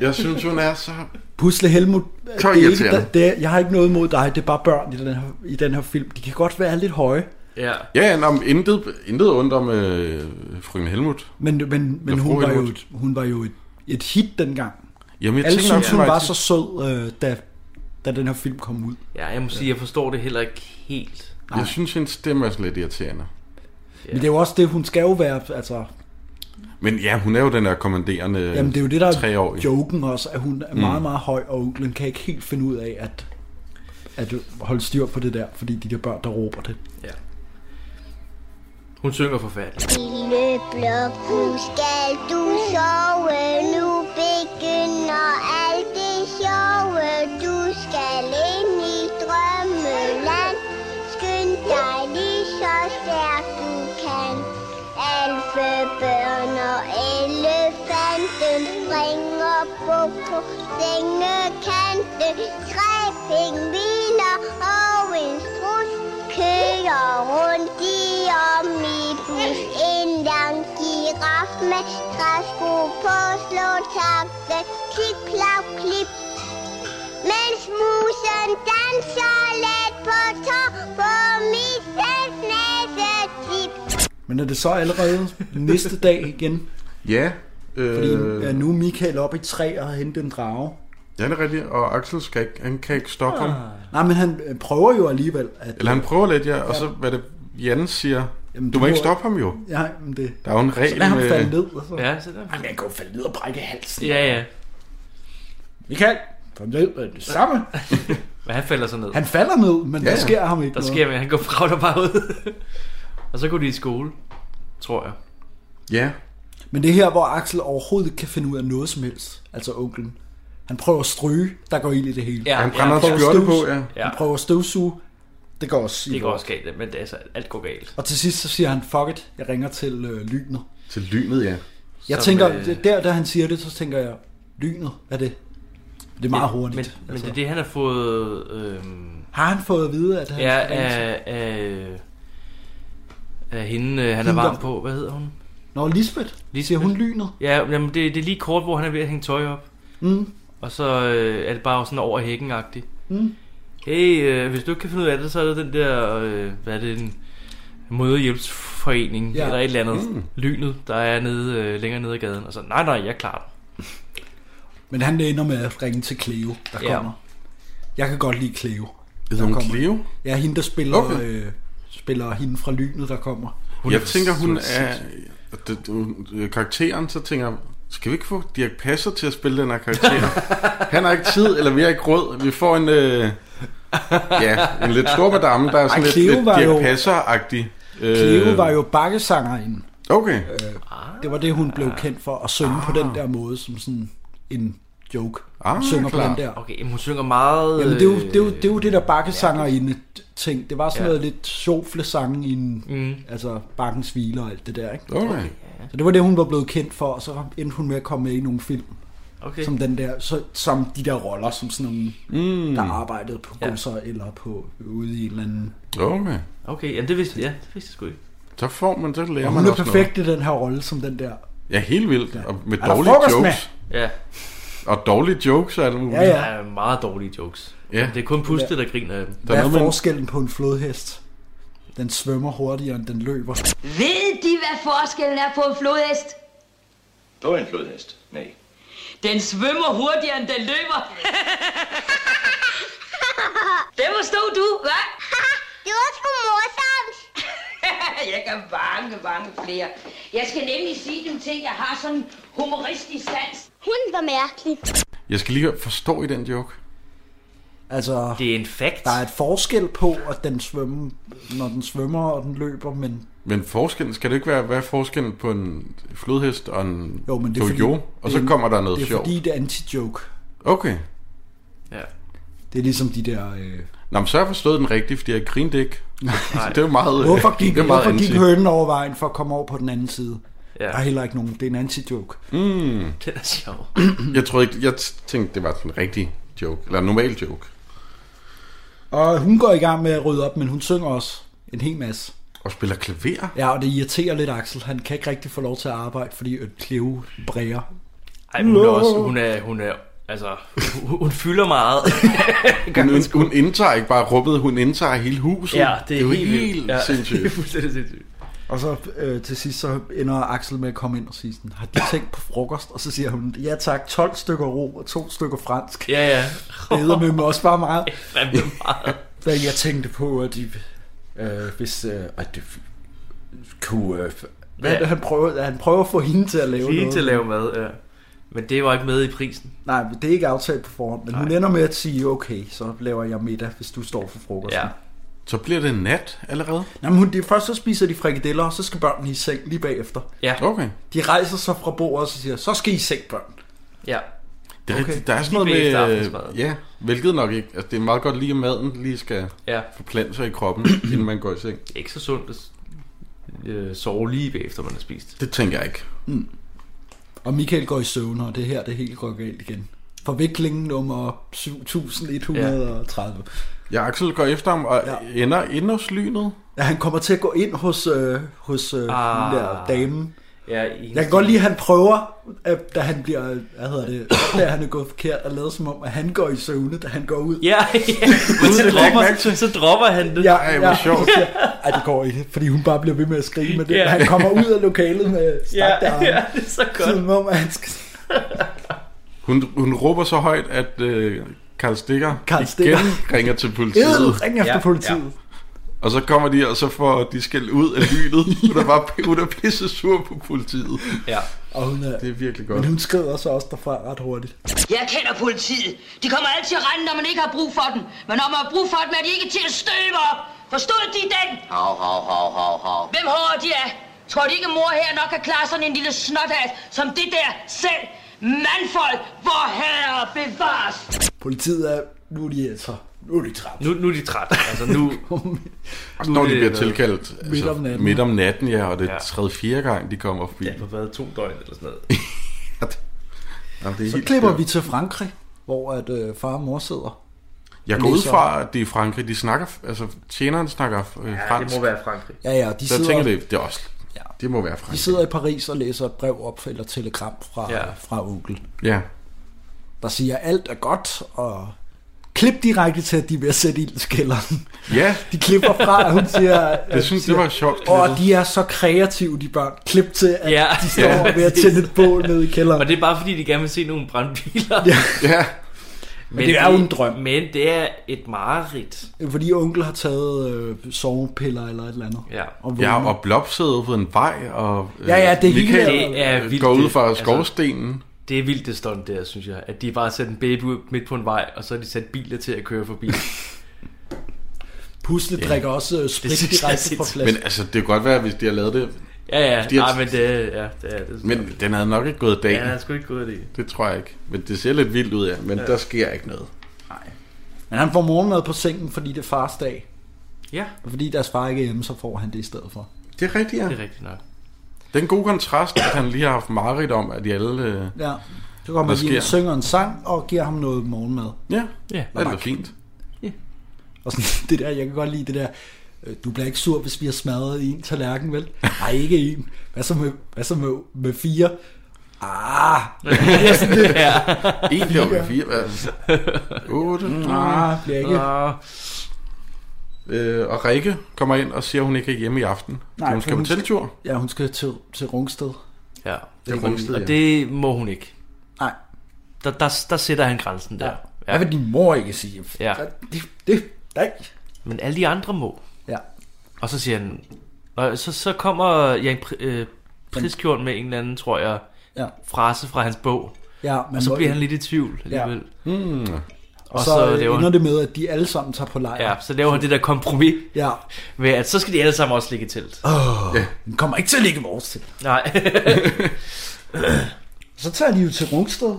S4: Jeg synes, hun er så...
S2: pusle Helmut, det er ikke,
S4: irriterende.
S2: der, det er, jeg har ikke noget imod dig, det er bare børn i den, her, i den her film. De kan godt være lidt høje,
S3: Ja.
S4: Ja, nå, men intet, intet ondt om øh, frøken Helmut.
S2: men, men, men
S4: fru
S2: hun, var jo
S4: Helmut.
S2: et, hun var jo et, et hit dengang.
S4: Jamen, jeg
S2: Alle
S4: tænker nok,
S2: synes, hun
S4: var
S2: var
S4: et-
S2: så sød, øh, da, da den her film kom ud.
S3: Ja, jeg må sige, jeg forstår det heller ikke helt.
S4: Jeg synes, hendes stemme er sådan lidt irriterende.
S2: Men det er jo også det, hun skal jo være, altså,
S4: Men ja, hun er jo den der kommanderende
S2: jamen det er jo det, der
S4: tre år.
S2: er joken også, at hun er meget, meget høj, og onklen kan ikke helt finde ud af at, at holde styr på det der, fordi de der børn, der råber det.
S3: Ja. Hun synger forfærdeligt.
S6: Lille blok, nu skal du sove, nu begynder alt det sjove, du skal på sengekanten tre pingviner og en strus kører rundt i om i bus. En lang giraf med træsko på slår takte, klip, klap, klip. Mens musen danser let på tå på mit næsetip.
S2: Men er det så allerede næste dag igen?
S4: Ja.
S2: Fordi
S4: Øh,
S2: øh... nu er Michael oppe i træ og har hentet en drage.
S4: ja, det er rigtigt. Og Axel skal ikke, han kan ikke stoppe ah. ham.
S2: Nej, men han øh, prøver jo alligevel at...
S4: Eller han prøver lidt, ja. Og så, hvad det Jan siger.
S2: Jamen,
S4: Jamen, du
S2: du
S4: må ikke
S2: må-
S4: stoppe ham jo.
S2: Ja, men det...
S4: Der er jo en
S2: Så
S4: regel
S2: lader ham falde ned. Og så...
S3: Ja, så der.
S2: Jamen, jeg kan jo falde ned og brække halsen.
S3: Ja, ja.
S2: Michael, kom ned med det samme.
S3: Men han falder så ned.
S2: Han falder ned, men ja,
S4: Ja,
S2: der
S4: ja.
S2: sker ham ikke
S3: Der
S2: noget.
S3: sker, men han går fra der bare ud. og så går de i skole, tror jeg.
S4: Ja.
S2: Men det er her, hvor Axel overhovedet ikke kan finde ud af noget som helst. Altså onklen. Han prøver at stryge, der går ild i det hele.
S3: Ja,
S4: Han brænder
S3: ja,
S4: et skjorte på, ja.
S3: Ja.
S2: Han prøver at støvsuge. Det går også
S3: Det
S2: ild
S3: går
S2: over.
S3: også galt, men det, altså, alt går galt.
S2: Og til sidst så siger han, fuck it, jeg ringer til øh, lynet.
S4: Til lynet, ja.
S2: Jeg
S3: Som,
S2: tænker,
S3: øh,
S2: øh... der da han siger det, så tænker jeg, lynet er det. Det er meget hurtigt.
S3: Men,
S2: Men,
S3: men det er det, han har fået... Øhm,
S2: Har han fået at vide, at han
S3: ja, øh,
S2: skal ringe til-
S3: af, af, af hende, øh, han er
S2: Hende,
S3: varm
S2: der-
S3: på. Hvad hedder hun?
S2: Nå, Lisbeth,
S3: Lisbeth.
S2: siger hun lynet.
S3: Ja, jamen, det, det er lige kort, hvor han er ved at hænge tøj op.
S2: Mm.
S3: Og så øh, er det bare sådan over hækken -agtigt.
S2: Mm.
S3: Hey, øh, hvis du ikke kan finde ud af det, så er der den der... Øh, hvad er det? En moderhjælpsforening
S2: Ja.
S3: ja. eller et eller andet. Mm. Lynet, der er nede, øh, længere nede ad gaden. Og så, nej, nej, jeg klarer den.
S2: Men han ender med at ringe til Cleo, der
S3: Ja.
S2: kommer. Jeg kan godt lide Cleo.
S4: Hedder hun
S2: kommer-
S4: Cleo?
S2: Ja, hende, der spiller, okay.
S4: Okay.
S2: øh, spiller hende fra lynet, der kommer.
S4: Hun jeg tænker, hun er... og Det, hun- øh, karakteren, så tænker jeg, skal vi ikke få Dirk Passer til at spille den her karakter? Han har ikke tid, eller vi har ikke råd. Vi får en... Øh, ja, en lidt stor madame, der er sådan
S2: Ej,
S4: lidt,
S2: Cleo
S4: lidt
S2: var
S4: Dirk
S2: jo-
S4: Passer-agtig. Øh,
S2: Cleo var jo Øh, bakkesangerinde.
S4: Okay,
S2: Det var det, hun blev kendt for, at synge på den der måde, som sådan en joke.
S4: Ah,
S2: Hun synger
S4: klar.
S2: på den der.
S3: Okay, jamen, hun synger meget...
S2: Jamen, det er jo det, er jo,
S3: øh,
S2: det, er jo det der bakkesangerinde ting. Det var sådan
S3: Ja.
S2: noget lidt sjoflesange i en,
S3: Mm.
S2: altså bakkens hvile og alt det der, ikke?
S4: okay.
S2: Så det var det, hun var blevet kendt for, og så endte hun med at komme med i nogle film,
S3: Okay.
S2: som, den der, så, som de der roller, som sådan nogle, mm. der arbejdede på
S3: Ja.
S2: godser eller på ude i en eller anden...
S4: Okay.
S3: Okay, jamen det vidste, ja, det vidste jeg sgu ikke.
S4: Så får man, så lærer man
S2: Hun er
S4: også noget.
S2: perfekt i den her rolle, som den der...
S4: Ja, helt vildt. Og med
S2: Er der
S4: dårlige
S2: frokost med?
S4: jokes.
S3: Ja,
S4: Og dårlige jokes og alt muligt.
S2: Ja, ja.
S3: der er meget dårlige jokes.
S4: Ja.
S3: Det er kun Puste, der griner af dem.
S4: Der
S2: Hvad
S4: er
S2: er
S4: noget med en
S2: forskellen på en flodhest? Den svømmer hurtigere, end den løber.
S9: Ved de, hvad forskellen er på en flodhest?
S7: På en flodhest? Nej.
S9: Den svømmer hurtigere, end den løber. det forstod du, hva'?
S6: Det var sgu morsomt.
S9: jeg kan mange, mange flere. Jeg skal nemlig sige nogle ting, jeg har sådan en humoristisk sans.
S6: Hun var mærkelig.
S4: Jeg skal lige høre, forstår I den joke?
S2: Altså,
S3: Det er en fact.
S2: der er et forskel på, at den svømmer, når den svømmer og den løber, men
S4: Men forskellen, skal det ikke være, hvad er forskellen på en flodhest og en
S2: jo, men det er fordi,
S4: dojo? Og så
S2: det er-
S4: kommer der noget
S2: det er
S4: sjovt.
S2: fordi, det er anti-joke.
S4: Okay.
S3: Ja.
S2: Det er ligesom de der... Øh,
S4: Nå, men så har jeg forstået den rigtigt, fordi jeg grinte ikke. det er jo meget...
S2: hvorfor gik,
S4: det er meget
S2: hvorfor gik
S4: anti.
S2: hønen over vejen for at komme over på den anden side?
S3: Ja.
S2: Der er heller ikke nogen. Det er en anti-joke.
S3: Den er sjov.
S4: Jeg troede ikke... Jeg tænkte, det var sådan en rigtig joke. Eller en normal joke.
S2: Og hun går i gang med at rydde op, men hun synger også en hel masse.
S4: Og spiller klaver?
S2: Ja, og det irriterer lidt Axel. Han kan ikke rigtig få lov til at arbejde, fordi øh, Cleo bræger.
S3: Ej, hun er også, hun er, hun er, altså, hun, hun fylder meget.
S4: Hun, hun, hun indtager ikke bare rubbet, hun indtager hele huset.
S3: ja, det er,
S4: jo
S3: helt, vildt.
S4: helt
S3: ja. Det er
S4: sindssygt.
S3: fuldstændig sindssygt.
S2: Og så øh, til sidst så ender Axel med at komme ind og sige sådan, har de tænkt på frokost? Og så siger hun, ja tak, 12 stykker ro og to stykker fransk.
S3: Ja, ja.
S2: Det med mig også bare meget.
S3: Jamen, det er meget.
S8: Hvad jeg tænkte på, at de... Øh, hvis... Øh, at det kunne... Øh,
S2: Hvad er det, han prøver? Han prøver at få hende til at lave
S3: Lige
S2: noget.
S3: til at lave mad, ja. Men det var ikke med i prisen.
S2: Nej, men det er ikke aftalt på forhånd. Men Nej. hun ender med at sige, okay, så laver jeg middag, hvis du står for frokosten.
S3: Ja.
S2: Ja.
S4: Så bliver det nat allerede?
S2: Jamen, hun, det, først så spiser de frikadeller, og så skal børnene i seng lige bagefter.
S3: Ja,
S4: Okay.
S2: De rejser sig fra bordet og så siger, så skal I i seng, børn.
S3: ja.
S4: Det er
S2: Okay.
S4: okay. rigtigt. Der er sådan noget
S3: Lige bagefter
S4: med...
S3: aftensmaden.
S4: øh, Ja, hvilket nok ikke... Altså, det er meget godt lige, at maden lige skal
S3: Ja,
S4: forplante sig i kroppen, inden man går i seng.
S3: det er ikke så sundt at øh, sove lige bagefter, man har spist.
S4: Det tænker jeg ikke.
S2: Og Michael går i søvn, og det er her, det hele går galt igen. Forvikling nummer 7130.
S4: Ja, Axel går efter ham og
S2: Ja.
S4: ja. ender inde hos lynet.
S2: Ja, han kommer til at gå ind hos, øh, hos øh, ah. den der dame.
S3: Ja, en...
S2: Jeg kan godt lide, at han prøver, at, da han bliver, hvad hedder det, da han er gået forkert og lavet som om, at han går i søvne, da han går ud.
S3: Ja, ja. Men så
S4: Det lagde jeg mærke
S3: dropper,
S4: til.
S3: så dropper han det.
S4: Ej, hvor sjovt.
S2: Ja, Ej, det går ikke, fordi hun bare bliver ved med at skrige med det.
S3: Ja.
S2: Yeah. Han kommer ud af lokalet med stakte
S3: ja,
S2: arme.
S3: ja, det er så godt.
S2: Som om, at han skal...
S4: Hun, hun råber så højt, at øh, Karl Stikker
S2: Karl
S4: igen
S2: Stikker.
S4: ringer til
S2: Ed,
S4: politiet.
S2: ring efter
S3: Ja,
S2: politiet.
S4: Og så kommer de, og så får de skæld ud af lynet. Hun er bare hun er pisse sur på politiet.
S3: Ja.
S2: Og hun er...
S4: Det er virkelig
S2: Men
S4: godt.
S2: hun skrider så også derfra ret hurtigt.
S9: Jeg kender politiet. De kommer altid rende, når man ikke har brug for dem. Men når man har brug for dem, er de ikke til at støve op. Forstod de den?
S7: Hav, hav, hav, hav, hav.
S9: Hvem hårde de er? Tror de ikke, mor her nok kan klare sådan en lille snothat som det der selv? Mandfolk, hvor herre bevares!
S2: Politiet er... Nu er de altså... Nu er de træt.
S3: Nu, nu er de trætte. Altså nu...
S4: Og når de
S3: det-
S4: bliver tilkaldt midt,
S2: om natten.
S4: midt om natten, ja, og det er
S3: Ja.
S4: tredje, fjerde gang, de kommer forbi.
S3: Ja, på hvad, to døgn eller sådan noget.
S4: Jamen, det er
S2: Så
S4: helt-
S2: klipper vi til Frankrig, hvor at øh, far og mor sidder.
S4: Jeg går ud
S2: Læser.
S4: fra, at det er i Frankrig, de snakker, altså tjeneren snakker øh,
S3: Ja, det
S4: fransk.
S3: må være Frankrig.
S2: Ja, ja, de
S4: så jeg
S2: sidder,
S4: tænker det, det er også,
S2: Ja.
S4: det må være
S2: de
S4: Frankrig.
S2: sidder i Paris og læser et brev op, eller telegram fra, ja.
S3: Ja.
S2: fra onkel,
S4: Ja,
S2: der siger, at alt er godt, og klip direkte til, at de er ved at sætte ild til kælderen.
S4: ja
S2: De klipper fra, at hun siger...
S4: jeg synes, det var sjovt.
S2: Og de er så kreative, de børn. Klip til, at
S3: Ja,
S2: de står ja, ved at tænde et bål nede i
S3: Og
S2: kælderen.
S3: det er bare fordi, de gerne vil se nogle brandbiler.
S2: Ja.
S4: Ja,
S3: men,
S2: det er jo en drøm.
S3: Men det er et mareridt.
S2: Fordi onkel har taget øh, sovepiller eller et eller andet.
S3: Ja.
S2: Og
S4: jeg
S2: vågner.
S4: og Blob sidder på en vej, og øh,
S2: Ja, ja, det er
S4: Michael
S2: hele-
S4: øh,
S3: Det er vildt.
S4: går ud fra
S3: det.
S4: skovstenen.
S3: det er vildt det stunt der, synes jeg. At de bare sætter en baby ud midt på en vej, og så har de sat biler til at køre forbi.
S2: Pusle drikker også øh, sprit
S3: Det synes jeg er
S2: direkte fra
S3: sindssygt.
S4: Men
S2: flasken.
S4: altså, det kunne godt være, hvis de har lavet det.
S3: Ja, ja.
S4: De har-
S3: Nej, men det er... Ja, det er, det er
S4: Men den havde nok ikke gået i dag.
S3: Ja, han er sgu ikke gået det.
S4: Det tror jeg ikke. Men det ser lidt vildt ud, ja. Men ja. der sker ikke noget.
S2: Men han får morgenmad på sengen, fordi det er fars dag.
S3: Ja,
S2: Og fordi deres far ikke er hjemme, så får han det i stedet for.
S4: Det er rigtigt, ja.
S3: det er rigtigt nok.
S4: Den gode kontrast, at han lige har haft mareridt om, at de alle... Øh,
S2: Ja. Så kommer
S4: Hvad
S2: de ind,
S4: sker?
S2: synger en sang og giver ham noget morgenmad.
S4: ja,
S3: Ja.
S4: det er lidt fint.
S2: Og sådan, det der, jeg kan godt lide det der, øh, du bliver ikke sur, hvis vi har smadret en tallerken, vel? Nej, ikke en. Hvad så med, hvad så med, med fire? Ah,
S4: En bliver med fire. Hvad? Otte. Ah.
S2: ah, bliver ikke.
S3: Nå,
S4: Øh, og Rikke kommer ind og siger, at hun ikke er hjemme i aften.
S2: Nej,
S4: Nej, hun skal
S2: for
S4: på
S2: hun-
S4: teltur.
S2: Ja, hun skal til, til Rungsted.
S3: ja.
S4: Det er Rungsted,
S3: Og
S4: ja.
S3: det må hun ikke.
S2: Nej.
S3: Der, der, der sætter han grænsen der.
S8: Hvad vil din mor ikke sige?
S3: Ja.
S2: Det, det, nej.
S3: Men alle de andre må.
S2: Ja.
S3: Og så siger han... Og så, så kommer Jan Pri- øh, Priskjorn med en eller anden, tror jeg,
S2: Ja.
S3: frase fra hans bog.
S2: Ja, men
S3: Og så
S2: må-
S3: bliver han lidt i tvivl alligevel. Ja.
S2: og
S3: og
S2: så,
S3: så
S2: øh,
S3: laver
S2: ender
S3: han-
S2: det med, at de alle sammen tager på lejr.
S3: ja, så laver han det der kompromis
S2: ja.
S3: med, at så skal de alle sammen også ligge i telt.
S2: Den kommer ikke til at ligge i vores til.
S3: Nej,
S2: Så tager de jo til Rungsted.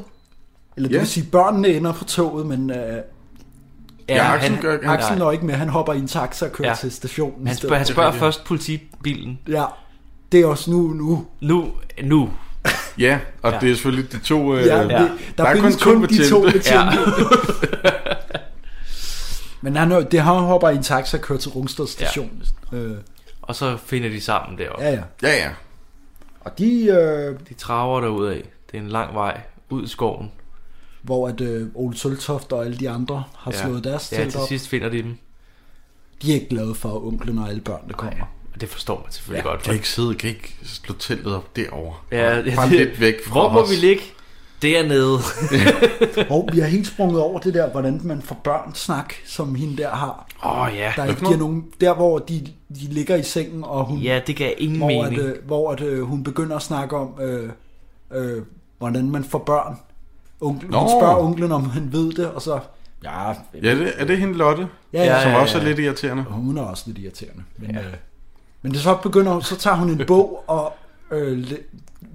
S2: Eller det
S4: Ja.
S2: vil sige, børnene ender på toget, men øh,
S4: Ja, ja Axel gør
S2: ja,
S4: ikke.
S2: Axel når ikke med. Han hopper i en taxa og kører ja.
S3: Ja.
S2: til stationen. i
S3: han
S2: stedet
S3: spørger, han
S2: for.
S3: spørger først politibilen.
S2: Ja, det er også nu, nu.
S3: Nu, nu.
S4: Ja, og ja. det er selvfølgelig de to... Øh,
S2: Ja,
S4: ja.
S2: det, der,
S4: Der er
S2: findes
S4: kun to
S2: kun, de to
S4: betjente.
S2: betjente. Ja. Men han, det har han hopper i en taxa og kører til Rungsted station. Ja, øh,
S3: Og så finder de sammen deroppe.
S2: ja,
S3: Ja.
S2: ja.
S4: ja, ja.
S2: Og de, øh,
S3: De traver derudad. Det er en lang vej ud i skoven.
S2: hvor at, øh, Ole Søltoft og alle de andre har ja. slået deres
S3: ja,
S2: telt
S3: til
S2: op,
S3: sidst finder de dem.
S2: de er ikke glade for, at onklen og alle børnene kommer.
S3: Og det forstår man selvfølgelig ja, godt.
S4: Kan ikke sidde, kan ikke slå teltet op derovre.
S3: Ja, ja,
S4: Bare
S3: det-
S4: lidt væk fra
S3: Hvor må
S4: os.
S3: vi ligge? Dernede.
S2: Og vi har helt sprunget over det der, hvordan man får børn snak, som hende der har.
S3: Åh oh, ja.
S2: Der, ikke
S4: noget?
S2: giver nogen, der hvor de, de ligger i sengen, og hun
S3: Ja, det gav ingen
S2: hvor, at,
S3: mening.
S2: øh, hvor at, øh, hun begynder at snakke om, øh, øh, hvordan man får børn. Onkel, hun
S4: Nå.
S2: spørger onklen, om han ved det, og så...
S8: Ja,
S4: Ja, det, er det hende Lotte,
S2: Ja,
S3: Ja,
S2: ja,
S4: som
S2: ja.
S3: ja.
S4: også er lidt irriterende?
S2: Hun er også lidt irriterende. Men, ja. øh, men det så begynder, så tager hun en bog og øh, le-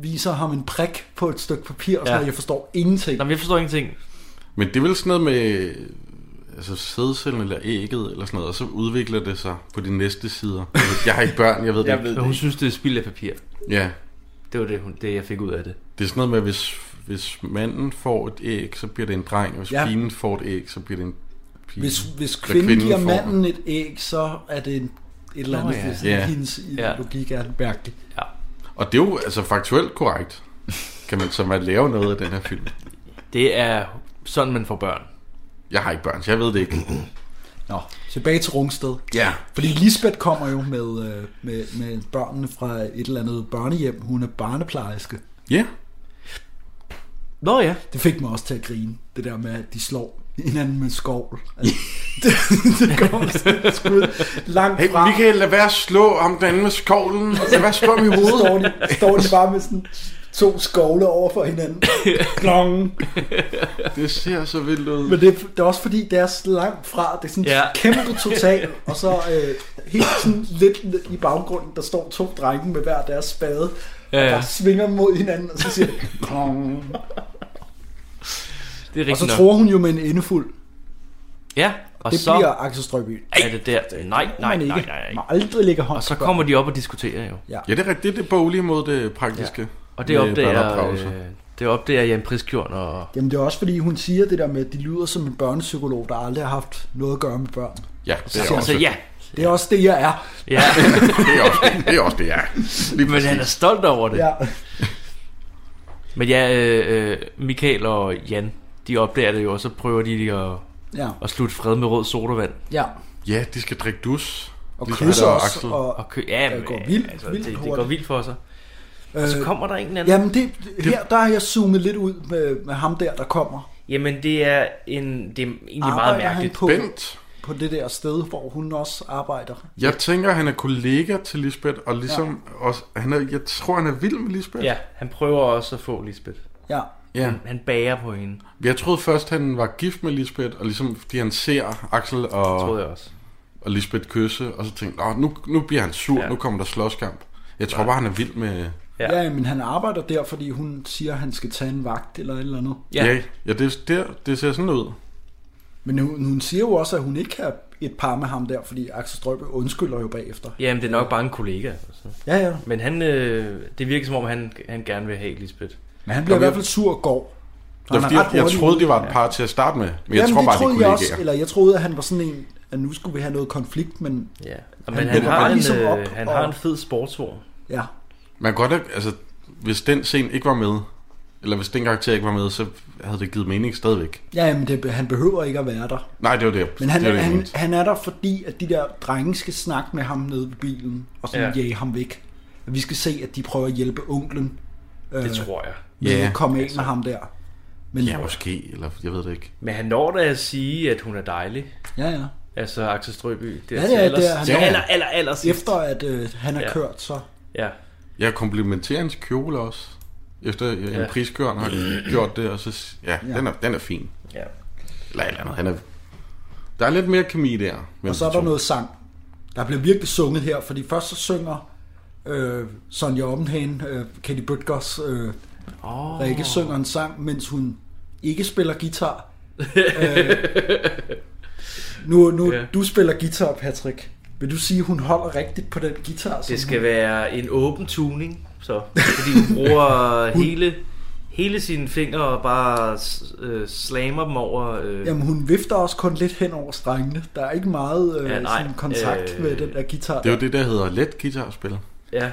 S2: viser ham en prik på et stykke papir, og så
S3: Ja.
S2: ja. jeg forstår ingenting.
S3: Nå, men jeg forstår ingenting.
S4: Men det er vel sådan noget med altså sædcellen eller ægget eller sådan noget, og så udvikler det sig på de næste sider. Jeg har ikke børn, jeg ved det ikke.
S3: Men hun synes, det er spild af papir.
S4: Ja,
S3: Det var det, hun, det jeg fik ud af det.
S4: det er sådan noget med, hvis, hvis manden får et æg, så bliver det en dreng. Hvis
S2: Ja.
S4: ja. pigen får et æg, så bliver det en pige.
S2: Hvis, hvis
S4: Eller
S2: kvinden giver
S4: får-
S2: manden et æg, så er det en, et eller andet,
S3: Nå, ja.
S2: hvis
S4: Ja.
S2: hendes
S3: Ja.
S2: ideologik er mærkelig.
S4: Og det er jo altså faktuelt korrekt, kan man som at lave noget af den her film.
S3: Det er sådan, man får børn.
S4: Jeg har ikke børn, så jeg ved det ikke.
S2: Nå, tilbage til Rungsted.
S4: Ja.
S2: Fordi Lisbeth kommer jo med, øh, med, med børnene fra et eller andet børnehjem. Hun er barneplejerske.
S4: Ja.
S3: Nå ja.
S2: Det fik mig også til at grine, det der med, at de slår hinanden med skovl. Altså, det, det kommer sådan et skud langt
S4: Hey,
S2: fra.
S4: Michael, lad være at slå ham derinde med skovlen. Lad være at slå ham i
S2: Så står
S4: hovedet.
S2: de, står de bare med sådan to skovle over for hinanden. Klong.
S4: Det ser så vildt ud.
S2: Men det, er- det er også fordi, det er så langt fra. Det er sådan ja.
S3: Ja.
S2: kæmpe total, og så øh, helt sådan lidt i baggrunden, der står to drenge med hver deres spade, ja,
S3: Ja,
S2: ja.
S3: ja.
S2: der svinger mod hinanden, og så siger de, "Klong."
S3: Det er
S2: Og så
S3: rigtigt nok.
S2: tror hun jo med en endefuld.
S3: Ja, og
S2: Det
S3: så
S2: bliver Axel Strøby.
S3: er det der. Nej, nej,
S2: Man
S3: nej,
S2: ikke.
S3: nej.
S2: Man
S3: nej.
S2: aldrig ligger hånd
S3: Og så kommer de op og diskuterer jo.
S4: Ja, det er rigtigt. Det er det boglige mod det praktiske.
S3: Og det
S4: Med
S3: opdager,
S4: børneopdragelse.
S3: øh, det opdager Jan Priskjorn og...
S2: Jamen det er også fordi, hun siger det der med, at de lyder som en børnepsykolog, der aldrig har haft noget at gøre med børn.
S4: Ja, det er,
S3: Så,
S4: også,
S3: altså, ja,
S2: Det er også det, jeg er.
S3: ja.
S4: det er også det. Det er også det, ja. Lige
S3: Men han er
S4: præcis.
S3: stolt over det.
S2: Ja.
S3: Men ja, øh, øh, Michael og Jan, de opdager det jo, og så prøver de lige at,
S2: Ja.
S3: at slutte fred med rød sodavand.
S2: ja.
S4: Ja, de skal drikke dus.
S2: Og
S4: Ligesom
S2: kysser
S4: Peter og
S2: os.
S4: Axel.
S2: Og,
S3: Og kø- ja,
S2: Det
S3: men,
S2: går vildt,
S3: altså,
S2: vildt
S3: det, det går
S2: hurtigt.
S3: vildt for sig.
S2: øh,
S3: Så kommer der en eller anden...
S2: Jamen det, her der har jeg zoomet lidt ud med, med ham der, der kommer.
S3: Jamen, det er, en, det er egentlig meget
S2: Arbejder han
S3: mærkeligt.
S2: på,
S4: Bent,
S2: på det der sted, hvor hun også arbejder?
S4: jeg tænker, han er kollega til Lisbeth, og ligesom ja. også, han er, jeg tror, han er vild med Lisbeth.
S3: Ja, han prøver også at få Lisbeth.
S2: Ja.
S4: ja.
S3: Han bager på hende,
S4: Jeg troede først, han var gift med Lisbeth, og ligesom, fordi han ser Axel
S3: troede
S4: og,
S3: jeg også.
S4: og Lisbeth kysse, og så tænkte jeg, "Nå, nu, nu bliver han sur, ja.
S3: Ja.
S4: nu kommer der slåskamp. Jeg tror bare, han er vild med...
S2: Ja.
S3: Ja.
S2: ja, men han arbejder der, fordi hun siger, at han skal tage en vagt eller et eller andet.
S3: Ja.
S4: ja, ja det, det, det ser sådan ud.
S2: Men hun, hun siger jo også, at hun ikke har et par med ham der, fordi Axel Strøbe undskylder jo bagefter.
S3: Jamen, det er nok bare en kollega. Altså.
S2: Ja, ja.
S3: Men han, øh, det virker som om, han, han gerne vil have Lisbeth.
S2: Men han bliver i
S4: Nå, men-
S2: hvert fald sur og går.
S4: Det var, fordi, jeg, jeg troede, det var et par til at starte med, men jeg
S2: Jamen,
S4: tror
S2: det
S4: bare,
S2: troede
S4: de
S2: jeg
S4: er
S2: også,
S4: kollegaer.
S2: eller jeg troede, at han var sådan en, at nu skulle vi have noget konflikt, men
S3: Ja. Og, men han,
S2: hopper
S3: har,
S2: bare
S3: en,
S2: ligesom
S3: øh,
S2: op
S3: han
S2: og-
S3: har en fed sportsvogn.
S2: ja.
S4: Man kan godt have, altså, hvis den scene ikke var med, eller hvis den karakter ikke var med, så havde det givet mening stadigvæk.
S2: Ja, men det, han behøver ikke at være der.
S4: Nej, det var det.
S2: Men han,
S4: det var
S2: det
S4: det, jeg
S2: han,
S4: mente.
S2: han er der, fordi at de der drenge skal snakke med ham nede ved bilen, og sådan ja.
S3: Ja.
S2: jage ham væk. Og vi skal se, at de prøver at hjælpe onklen øh,
S3: Det tror jeg.
S2: med
S4: Ja.
S2: at komme af med ham der. Men,
S4: Ja, måske, eller jeg ved det ikke.
S3: Men han når da at sige, at hun er dejlig.
S2: ja, ja.
S3: Altså Axel Strøby. Det er
S2: Ja,
S3: til
S2: ja,
S3: allers-
S2: det er han.
S3: til
S4: Ja.
S3: aller, aller, aller sidst.
S2: Efter at øh, han er ja.
S3: Ja.
S2: kørt, så...
S3: Ja.
S4: Jeg komplimenterer hans kjole også. Efter en ja.
S3: Ja.
S4: priskøren har gjort det, og så... s- Ja, ja. Den, er, den er fin.
S3: ja.
S4: Eller et eller andet. Han er, der er lidt mere kemi der. mellem
S2: Og så
S4: de
S2: er der
S4: to.
S2: noget sang. Der bliver virkelig sunget her, fordi først så synger øh, Sonja Oppenhagen, øh, Katie Bøtgers øh, oh. Rikke synger en sang, mens hun ikke spiller guitar. øh, nu, nu
S3: Ja.
S2: du spiller guitar, Patrick. Vil du sige, at hun holder rigtigt på den guitar? som
S3: Det skal være en åben tuning, så. Fordi hun bruger hele, hele sine fingre og bare s- øh, slammer dem over... Øh,
S2: hun, jamen, hun vifter også kun lidt hen over strengene. Der er ikke meget øh, ja,
S3: Ja, nej.
S2: sådan kontakt øh,
S3: Øh,
S2: med den der guitar.
S4: Det er
S2: Det,
S4: jo det, der hedder let guitarspil.
S3: Ja.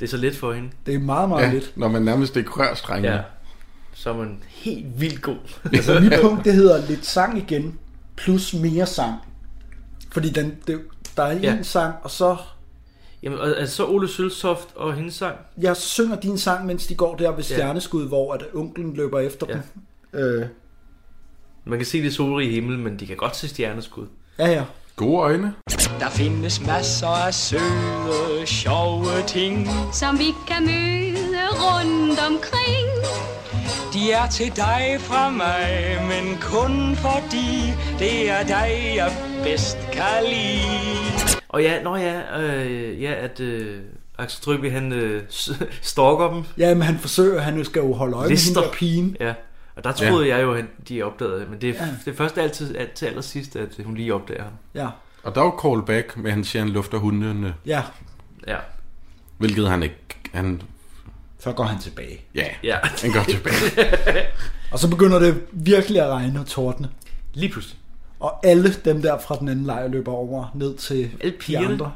S3: Det er så let for hende.
S2: det er meget, meget ja. lidt.
S4: når man nærmest ikke rører strengene.
S3: Ja. Så er man helt vildt god.
S2: Altså mit punkt, det hedder lidt sang igen, plus mere sang. Fordi den, det, der er en
S3: Ja.
S2: sang, og så
S3: Jamen, og- altså så Ole Sølsoft og hendes sang.
S2: jeg synger din sang, mens de går der ved stjerneskud, hvor at onklen løber efter
S3: Ja.
S2: dem. Øh,
S3: Man kan se det solrige himmel, men de kan godt se stjerneskud.
S2: ja, ja.
S4: Gode øjne.
S5: Der findes masser af søde, sjove ting
S10: som vi kan møde rundt omkring.
S5: De er til dig fra mig, men kun fordi Det er dig, jeg bedst kan lide
S3: Og ja, nå ja, øh, ja at øh, Axel Trygge, han øh, s- stalker dem.
S2: Ja, men han forsøger, han skal jo holde øje med
S3: Lister.
S2: hende der pigen.
S3: Ja. Og der troede ja. jeg jo, at de opdagede det, men det er, ja. det er først altid, alt, til allersidst, at hun lige opdager ham.
S2: Ja,
S4: Og der er jo callback, men han siger, at han lufter hundene,
S2: ja.
S3: Ja.
S4: hvilket han ikke... Han
S2: Så går han tilbage.
S4: Ja,
S3: Ja.
S4: den går tilbage.
S2: Og så begynder det virkelig at regne og tordne.
S3: Lige pludselig.
S2: Og alle dem der fra den anden lejr løber over ned til
S3: Alle
S2: de
S3: pigerne.
S2: andre.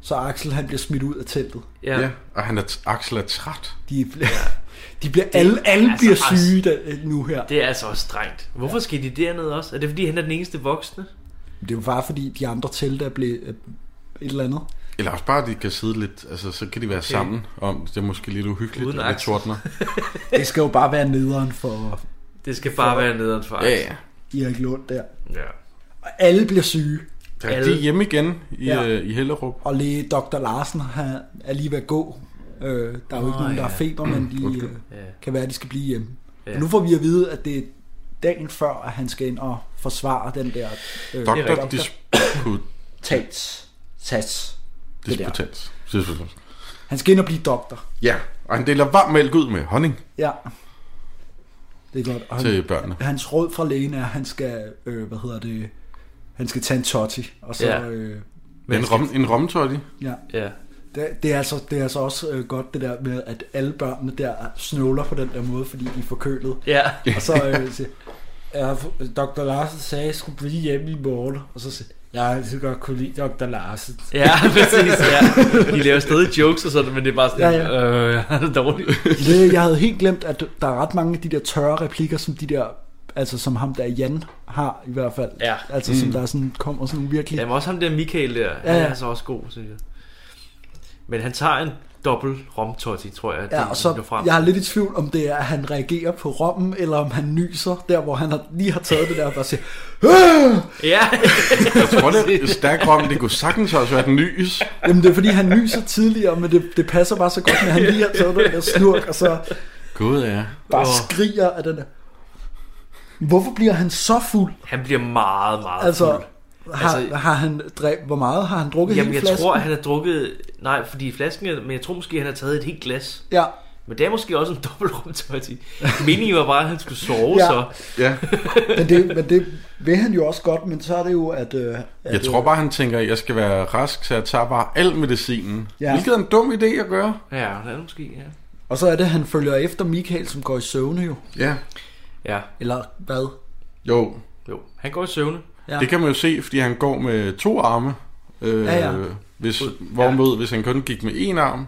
S2: Så Axel han bliver smidt ud af teltet.
S3: Ja.
S4: Ja, og han er, Axel er træt.
S2: De bliver, de bliver alle, alle
S3: altså,
S2: bliver
S3: Axel-
S2: syge der, nu her.
S3: Det er altså også strengt. Hvorfor skal de dernede også? Er det fordi, han er den eneste voksne?
S2: Det er jo bare fordi de andre telte er blevet øh, et eller andet.
S4: Eller også bare, at de kan sidde lidt, altså så kan de være sammen om, det er måske lidt uhyggeligt,
S3: Uden
S4: Uden lidt
S3: Axel.
S4: tordner.
S2: Det skal jo bare være nederen for
S3: Det skal bare være nederen for
S4: Ja,
S3: Axel.
S4: ja.
S2: Erik Lund der.
S3: ja.
S2: Og alle bliver syge.
S4: Der er
S3: Alle-
S4: de hjemme igen i,
S2: Ja.
S4: ja. øh, i Hellerup.
S2: Og læge Dr. Larsen har, er lige ved at gå. Øh, der er jo ikke nogen, der har feber, men de øh,
S3: Ja.
S2: kan være, at de skal blive hjemme.
S3: Ja.
S2: Og nu får vi at vide, at det er dagen før, at han skal ind og forsvare den der øh,
S4: Doktor Disput.
S8: Tats. Sats.
S4: Disputats. Disputats.
S2: Han skal ind og blive doktor.
S4: Ja, og han deler varm mælk ud med honning
S2: Ja. Det er godt. Og han,
S4: til børnene.
S2: hans råd fra lægen er, at han skal, øh, hvad hedder det, han skal tage en totti, og så...
S3: Ja.
S2: Øh,
S4: Men en, rom, en romtotti.
S2: ja.
S3: Ja.
S2: Det, det, er altså, det er altså også øh, godt det der med, at alle børnene der snøvler på den der måde, fordi de er forkølet.
S3: Ja.
S2: Og så øh, siger,
S8: Ja, Dr. Larsen sagde, at jeg skulle blive hjemme i morgen. Og så sagde jeg, har altid godt kunne lide Dr. Larsen.
S3: Ja, præcis. Ja. De laver stadig jokes og sådan, men det er bare sådan,
S2: Ja,
S3: ja, ja. øh, jeg har det dårligt.
S2: det, jeg havde helt glemt, at der er ret mange af de der tørre replikker, som de der, altså som ham der Jan har i hvert fald.
S3: Ja.
S2: Altså som der er sådan, kommer sådan nogle virkelig...
S3: Jamen også ham der Michael der, ja,
S2: Ja,
S3: ja.
S2: ja.
S3: han er så også god, synes jeg. Men han tager en dobbelt romtotti, tror jeg.
S2: Ja,
S3: det ligesom
S2: og
S3: når
S2: så
S3: frem.
S2: jeg er lidt i tvivl, om det er, at han reagerer på rommen, eller om han nyser, der hvor han har, lige har taget det der, og bare siger, "Åh!"
S3: Ja,
S4: Jeg tror, det er stærk rom. Det kunne sagtens også være den nys.
S2: Jamen det er fordi, han nyser tidligere, men det, det passer bare så godt, at han lige har taget den der snurk, og så
S4: Gud, ja.
S2: bare
S3: Åh.
S2: skriger af den der. Hvorfor bliver han så fuld?
S3: han bliver meget, meget
S2: Altså,
S3: fuld.
S2: har,
S3: Altså-
S2: har han dræbt, hvor meget har han drukket
S3: Jamen
S2: hele
S3: jeg
S2: flasken?
S3: tror, at han har drukket... Nej, fordi flasken... er- Men jeg tror måske, han har taget et helt glas.
S2: Ja,
S3: Men det er måske også en dobbelt romtotti. Meningen var bare, at han skulle sove,
S2: Ja.
S3: ja. så...
S4: ja.
S2: men det, men det vil han jo også godt, men så er det jo, at... Øh, at
S4: Jeg tror bare, han tænker, at jeg skal være rask, så jeg tager bare al medicinen.
S2: Ja.
S4: Ja. Hvilket er en dum idé at gøre.
S3: Ja, det er det måske, ja.
S2: Og så er det, at han følger efter Michael, som går i søvne jo.
S4: Ja,
S3: Ja,
S2: Eller hvad?
S4: jo.
S3: jo. Han går i søvne.
S2: Ja.
S4: Ja. Det kan man jo se, fordi han går med to arme. Øh,
S2: Ja,
S4: ja,
S2: ja.
S4: ja. Hvis, hvorimod, hvis han kun gik med en arm,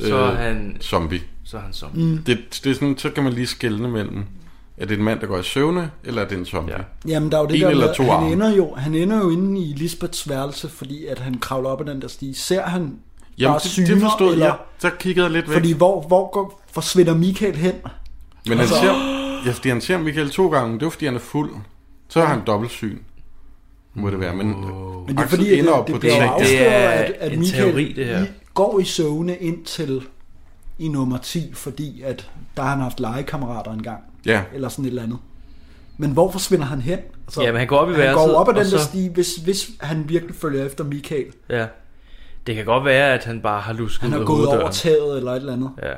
S3: Så er
S4: Øh.
S3: han,
S4: zombie.
S3: så er han
S2: Mm.
S3: som.
S4: Det, det er sådan, så kan man lige skelne mellem, er det en mand, der går i søvne, eller er det en zombie?
S3: Ja.
S4: Ja.
S2: Jamen, der er jo det
S4: En
S2: der
S4: eller
S2: med,
S4: to
S2: han
S4: arme.
S2: ender jo, han ender jo inde i Lisbeths værelse, fordi at han kravler op ad den der stige. Ser han
S4: Jamen,
S2: bare
S4: det,
S2: syner,
S4: det forstod
S2: eller,
S4: jeg. Så kiggede jeg lidt væk.
S2: Fordi hvor, hvor går, forsvinder Michael hen?
S4: Men
S2: Altså-
S4: han ser, ja, fordi han ser Michael to gange, det var fordi, han er fuld. Så har han dobbeltsyn. Må det være, men, wow.
S2: Men det er fordi, at
S4: ender
S2: det,
S4: op
S2: det
S4: på
S2: bliver
S4: det.
S2: jo
S3: Det er
S2: afsløret, at, at
S3: en
S2: Michael
S3: teori, det her.
S2: i- går i søvne indtil i nummer 10, fordi at der har han haft legekammerater engang,
S4: Ja,
S2: eller sådan et eller andet. Men hvor forsvinder han hen? Altså,
S3: Jamen, han går op i
S2: han
S3: værelset,
S2: går op ad
S3: og
S2: den der
S3: så-
S2: stige, hvis, hvis han virkelig følger efter Michael.
S3: Ja. Det kan godt være, at han bare har lusket
S2: Han
S3: ud
S2: har
S3: af
S2: gået over
S3: hoveddøren.
S2: taget eller et eller andet.
S3: Ja.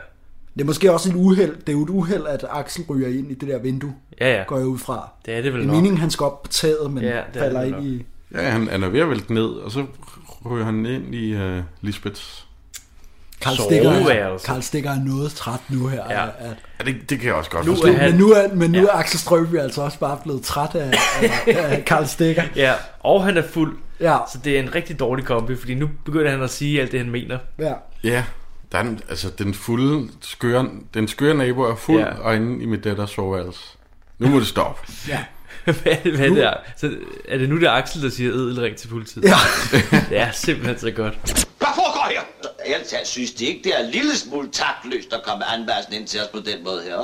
S2: Det er måske også et uheld. Det er jo et uheld, at Axel ryger ind i det der vindue,
S3: Ja, ja.
S2: går jeg ud fra.
S3: Det er det
S2: Det
S3: vel
S2: er
S3: nok.
S2: meningen, han skal op på taget, men
S3: Ja, det
S2: ja,
S3: er det
S2: falder
S3: vel
S2: ind
S3: nok.
S2: i...
S4: ja han, han er ved at vælte ned, og så ryger han ind i uh, Lisbeths.
S2: Karl Stikker,
S3: Soveværelse.
S2: Karl Stikker er noget træt nu her.
S3: Ja.
S2: At, at,
S4: Ja, det, det kan jeg også godt
S3: Nu
S4: forstå.
S3: er
S2: Men
S3: han,
S2: nu er, men nu
S3: Ja.
S2: er Axel Strøby altså også bare blevet træt af, af, af Karl Stikker.
S3: ja, og han er fuld.
S2: Ja,
S3: Så det er en rigtig dårlig kombi, fordi nu begynder han at sige alt det, han mener.
S2: ja.
S4: Ja, der er den, altså den fulde, skøre, den skøre nabo er fuld,
S3: Ja.
S4: ja. og inde i mit datters soveværelse. Nu må det stoppe.
S3: hvad er det, hvad det er? Så er det nu, det er Axel, der siger ædelring til politiet?
S2: Ja.
S3: det er simpelthen så godt.
S7: Hvad foregår her? Ærligt talt synes de ikke, det er en lille smule taktløst at komme anværsen ind til os på den måde her.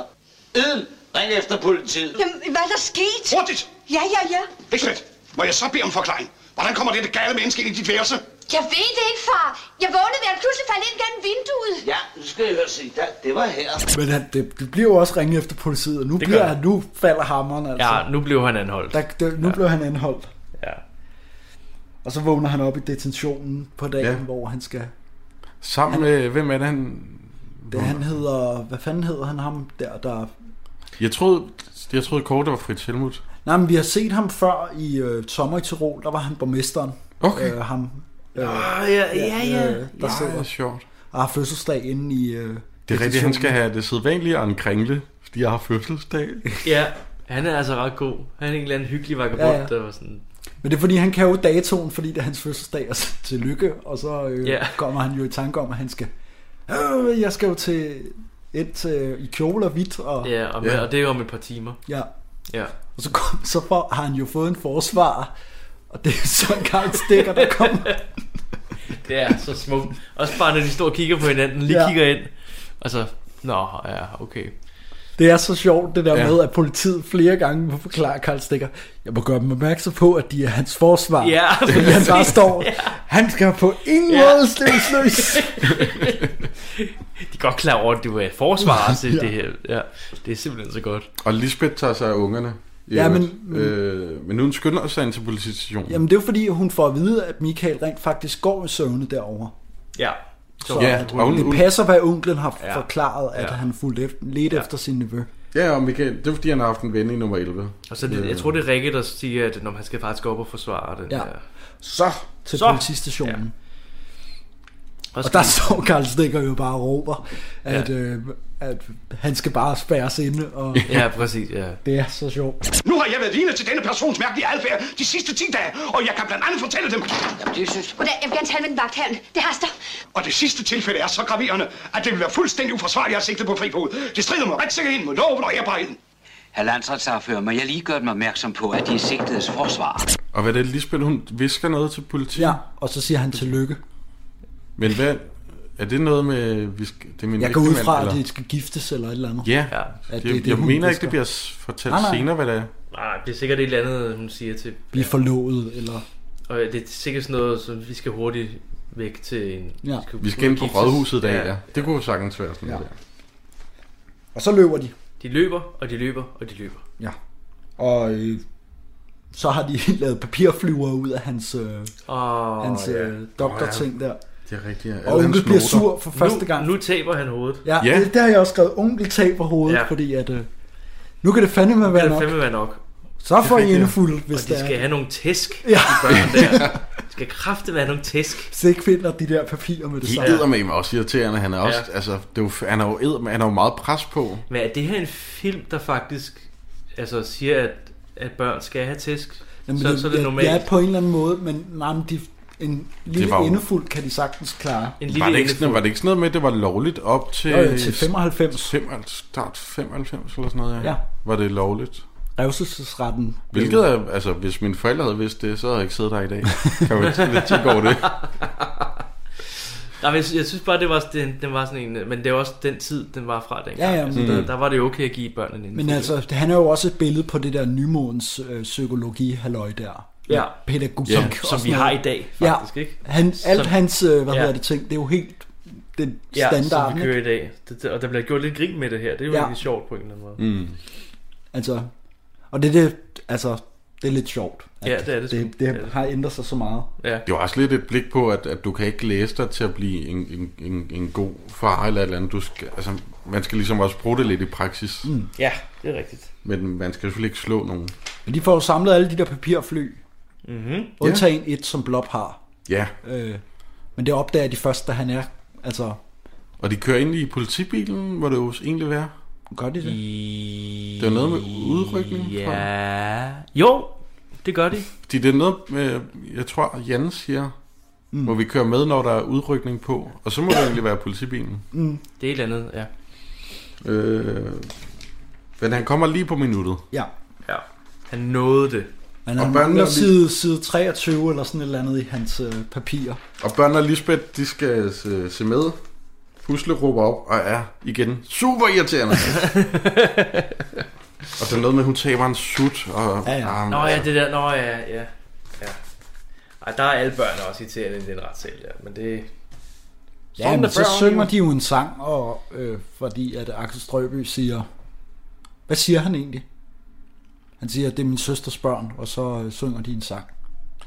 S7: Edel, ring efter politiet.
S9: Jamen, hvad er der sket?
S11: Hurtigt!
S9: Ja, ja, ja.
S11: Lisbeth, må jeg så bede om forklaring? Hvordan kommer dette gale menneske ind i dit værelse?
S10: Jeg ved det ikke, far. Jeg vågnede ved, at han pludselig faldt ind gennem vinduet.
S7: Ja, nu skal jeg høre sige, der, det var her.
S2: Men han, det, det bliver jo også ringet efter politiet, og nu,
S3: Det
S2: bliver,
S3: gør
S2: han, nu falder hammeren altså.
S3: Ja, nu blev han anholdt.
S2: Der, der, nu ja. blev han anholdt,
S3: Ja.
S2: og så vågner han op i detentionen på dagen, ja.
S4: Ja.
S2: hvor han skal...
S4: Sammen med, hvem er det han?
S2: Det, han hedder... Hvad fanden hedder han ham der, der...
S4: Jeg troede, jeg troede kort, det var Fritz Helmut.
S2: Nej, men vi har set ham før i øh, Sommer i Tirol, der var han borgmesteren.
S4: Okay.
S2: Øh, ham, øh,
S3: Ah, ja, ja, ja.
S2: øh, der
S4: Ej,
S2: sidder
S4: sjovt.
S2: og har fødselsdag inde i... Øh,
S4: Det er rigtigt, han skal have det sædvanlige og en kringle, fordi jeg har fødselsdag.
S3: Ja, han er altså ret god. Han er en eller anden hyggelig vagabond,
S2: Ja,
S3: ja,
S2: ja.
S3: ja. der var sådan...
S2: Men det er fordi, han kan jo datoen, fordi det er hans fødselsdag, og så til lykke, og så øh,
S3: Ja.
S2: yeah. kommer han jo i tanke om, at han skal, øh, jeg skal jo til et øh, i kjole og hvidt, og,
S3: Ja, og, ja. og det er jo om et par timer.
S2: ja.
S3: Ja.
S2: og så, kom, så får, har han jo fået en forsvar, og det er så en Karl Stikker, der kommer.
S3: Det er så smukt. Også bare, når de står og kigger på hinanden, lige
S2: Ja.
S3: ja. kigger ind, og så... Nå, ja, okay.
S2: Det er så sjovt, det der
S3: Ja.
S2: ja. med, at politiet flere gange må forklare Karl Stikker, jeg må gøre dem opmærksom på, at de er hans forsvar.
S3: Ja,
S2: fordi han bare
S3: præcis.
S2: står,
S3: Ja.
S2: han skal på ingen
S3: Ja.
S2: måde slippes løs.
S3: De er godt klar over, at du er forsvarer til
S4: Ja.
S3: ja. det her. Ja, det er simpelthen så godt.
S4: Og Lisbeth tager sig af ungerne. i
S2: Ja,
S4: øvrigt.
S2: men-
S4: Øh, men hun skynder sig ind til politistationen.
S2: Jamen det er jo fordi, hun får at vide, at Michael rent faktisk går i søvne derovre.
S3: Ja.
S2: Så
S4: Ja,
S2: at,
S4: og hun-
S2: det
S4: hun-
S2: passer, hvad onklen har
S4: Ja.
S2: ja. forklaret, at
S4: Ja.
S2: ja. han fulgte efter, lidt ja. efter sin nevø.
S4: Ja, og Michael, det er fordi, han har haft en ven i nummer 11.
S3: Og så er det, jeg tror, det er Rikke, der siger, at når han skal faktisk gå op og forsvare den
S2: Ja.
S3: der.
S2: Så til
S3: Så.
S2: så. politistationen. Ja.
S3: Og
S2: Og,
S3: skal-
S2: der står Karl Stikker jo bare og råber,
S3: Ja.
S2: at, ja. øh, at han skal bare spærres inde. Og
S3: Ja, præcis, ja.
S2: Det er så sjovt.
S11: Nu har jeg været vidne til denne persons mærkelige adfærd de sidste 10 dage, og jeg kan blandt andet fortælle dem... Jamen, det synes
S10: Goddag, jeg vil gerne tale med den vagthavn. Det haster.
S11: Og det sidste tilfælde er så graverende, at det vil være fuldstændig uforsvarligt at sigte på fri fod. Det strider mod retssikkerheden, mod loven og ærbarheden.
S12: Herr landsretsafører, må jeg lige gøre dem opmærksom på, at de er sigtedes forsvar.
S4: Og hvad er det, Lisbeth, hun visker noget til politiet?
S2: Ja, og så siger han tillykke.
S4: Men hvad... Er det noget med... vi skal- Det er min
S2: Jeg går ud
S4: ægtemand,
S2: fra,
S4: eller?
S2: at de skal giftes eller et eller andet.
S4: Ja, ja.
S3: Ja.
S4: Jeg,
S2: At
S4: det,
S2: det-
S4: jeg,
S2: det
S4: jeg
S2: hun
S4: mener ikke,
S2: visker.
S4: det bliver s- fortalt
S2: Nej, nej.
S4: senere, hvad det er.
S3: Nej, Ah, det er sikkert et eller andet, hun siger til.
S2: Blive forlovet, eller...
S3: Og det er sikkert sådan noget, som vi skal hurtigt væk til en...
S2: Ja.
S4: Vi skal ind på
S3: giftes.
S4: rådhuset i dag, ja. Det kunne jo sagtens være sådan
S2: Ja.
S4: noget.
S2: Og så løber de.
S3: De løber, og de løber, og de løber.
S2: Ja. Og øh, så har de lavet papirflyver ud af hans, øh,
S3: Åh,
S2: hans
S3: ja.
S2: øh, doktorting der.
S4: Det er rigtigt, ja.
S2: Og
S4: Alle
S2: onkel
S4: hans
S2: bliver
S4: noter.
S2: sur for første
S3: nu,
S2: gang.
S3: Nu taber han hovedet.
S2: Ja,
S4: Ja.
S2: ja. Det, der har jeg også skrevet, onkel taber hovedet,
S3: Ja.
S2: ja. fordi at... Øh, nu kan det fandme være
S3: det
S2: nok.
S3: fandme være nok.
S2: Så får
S3: Det er
S2: I
S3: rigtigt, ja.
S2: endefuld, hvis
S3: og de
S2: det
S3: skal
S2: er.
S3: have nogle tæsk,
S2: Ja.
S3: ja. de børn der. De skal kraftigt være nogle tæsk.
S2: Så ikke finder de der papirer med det
S4: De
S2: samme.
S4: æder med mig også irriterende. Han er også, ja. altså, det er jo, han er jo edder, han er jo meget pres på.
S3: Men er det her en film, der faktisk altså, siger, at, at børn skal have tæsk?
S2: Jamen,
S3: så, så er det
S2: ja,
S3: normalt.
S2: Ja, på en eller anden måde, men nej, men de, en lille
S4: var jo-
S2: endefuld kan de sagtens klare.
S3: En
S4: Var det, ikke sådan, var det ikke sådan noget med, at det var lovligt op til...
S2: Jo, jo, til 95.
S4: 95 start 95 eller sådan noget,
S2: Ja.
S4: Var det lovligt?
S2: Revselsesretten.
S4: Hvilket er, altså, hvis mine forældre havde vidst det, så havde jeg ikke siddet der i dag. Kan man lidt tænke over det.
S3: Nej, men jeg, sy- jeg synes bare, det var, den, den var sådan en... øh, Men det var også den tid, den var fra dengang.
S2: Ja, ja,
S3: altså,
S2: men-
S3: der, der var det okay at give børnene en
S2: Men altså, han er jo også et billede på det der nymodens øh, psykologi halløj der.
S3: Ja.
S2: Pædagogik.
S3: Som-
S2: og
S3: som
S2: sådan
S3: vi har
S2: noget.
S3: i dag, faktisk,
S2: ja.
S3: ikke?
S2: Han, alt
S3: Som-
S2: hans, øh, hvad
S3: Ja.
S2: hedder det ting, det er jo helt den
S3: ja,
S2: standard.
S3: som vi kører i dag. Det, det- og der bliver gjort lidt grin med det her. Det er jo
S2: Ja.
S3: ja. egentlig sjovt på en eller anden måde.
S4: Mm.
S2: Altså, og det er det, altså, det er lidt sjovt. at
S3: Ja, det er det sgu.
S2: Det,
S3: Det
S2: det
S3: er det.
S2: har ændret sig så meget.
S3: Ja.
S4: Det var også lidt et blik på, at, at du kan ikke læse dig til at blive en, en, en, en god far eller et eller andet. Du skal, altså, man skal ligesom også bruge det lidt i praksis.
S2: Mm.
S3: Ja, det er rigtigt.
S4: Men man skal selvfølgelig ikke slå nogen.
S2: Men de får jo samlet alle de der papirfly.
S3: Mhm.
S2: Undtagen et, som Blob har.
S4: Ja.
S2: Øh, men det opdager de først, da han er, altså...
S4: Og de kører ind i politibilen, hvor det jo egentlig være.
S2: Gør de det?
S4: Det er noget med udrykning. tror jeg.
S3: Ja. Jo, det gør de.
S4: Fordi det er noget, øh, jeg tror, Jan siger, mm. hvor vi kører med, når der er udrykning på. Og så må det egentlig være politibilen.
S2: Mm.
S3: Det er et eller andet, ja.
S4: Øh, men han kommer lige på minuttet.
S2: Ja.
S3: ja. Han nåede det.
S2: Men
S4: Og
S2: han
S4: børnene
S2: mangler
S4: er
S2: side,
S4: lige-
S2: side 23 eller sådan et eller andet i hans øh, papirer.
S4: Og børn og Lisbeth, de skal se, se med. Pusle råber op og er igen super irriterende. og der er noget med, at hun taber en sut. Og,
S2: Ja, ja.
S4: Jamen,
S3: Nå ja,
S4: altså,
S3: det der, nå ja, ja. ja. Ej, der er alle børn også irriterende i den retssal, ja. Men det...
S2: Ja, men
S3: der
S2: så
S3: børn,
S2: synger
S3: jo.
S2: de jo en sang, og, øh, fordi at Axel Strøby siger... Hvad siger han egentlig? Han siger, at det er min søsters børn, og så øh, synger de en sang.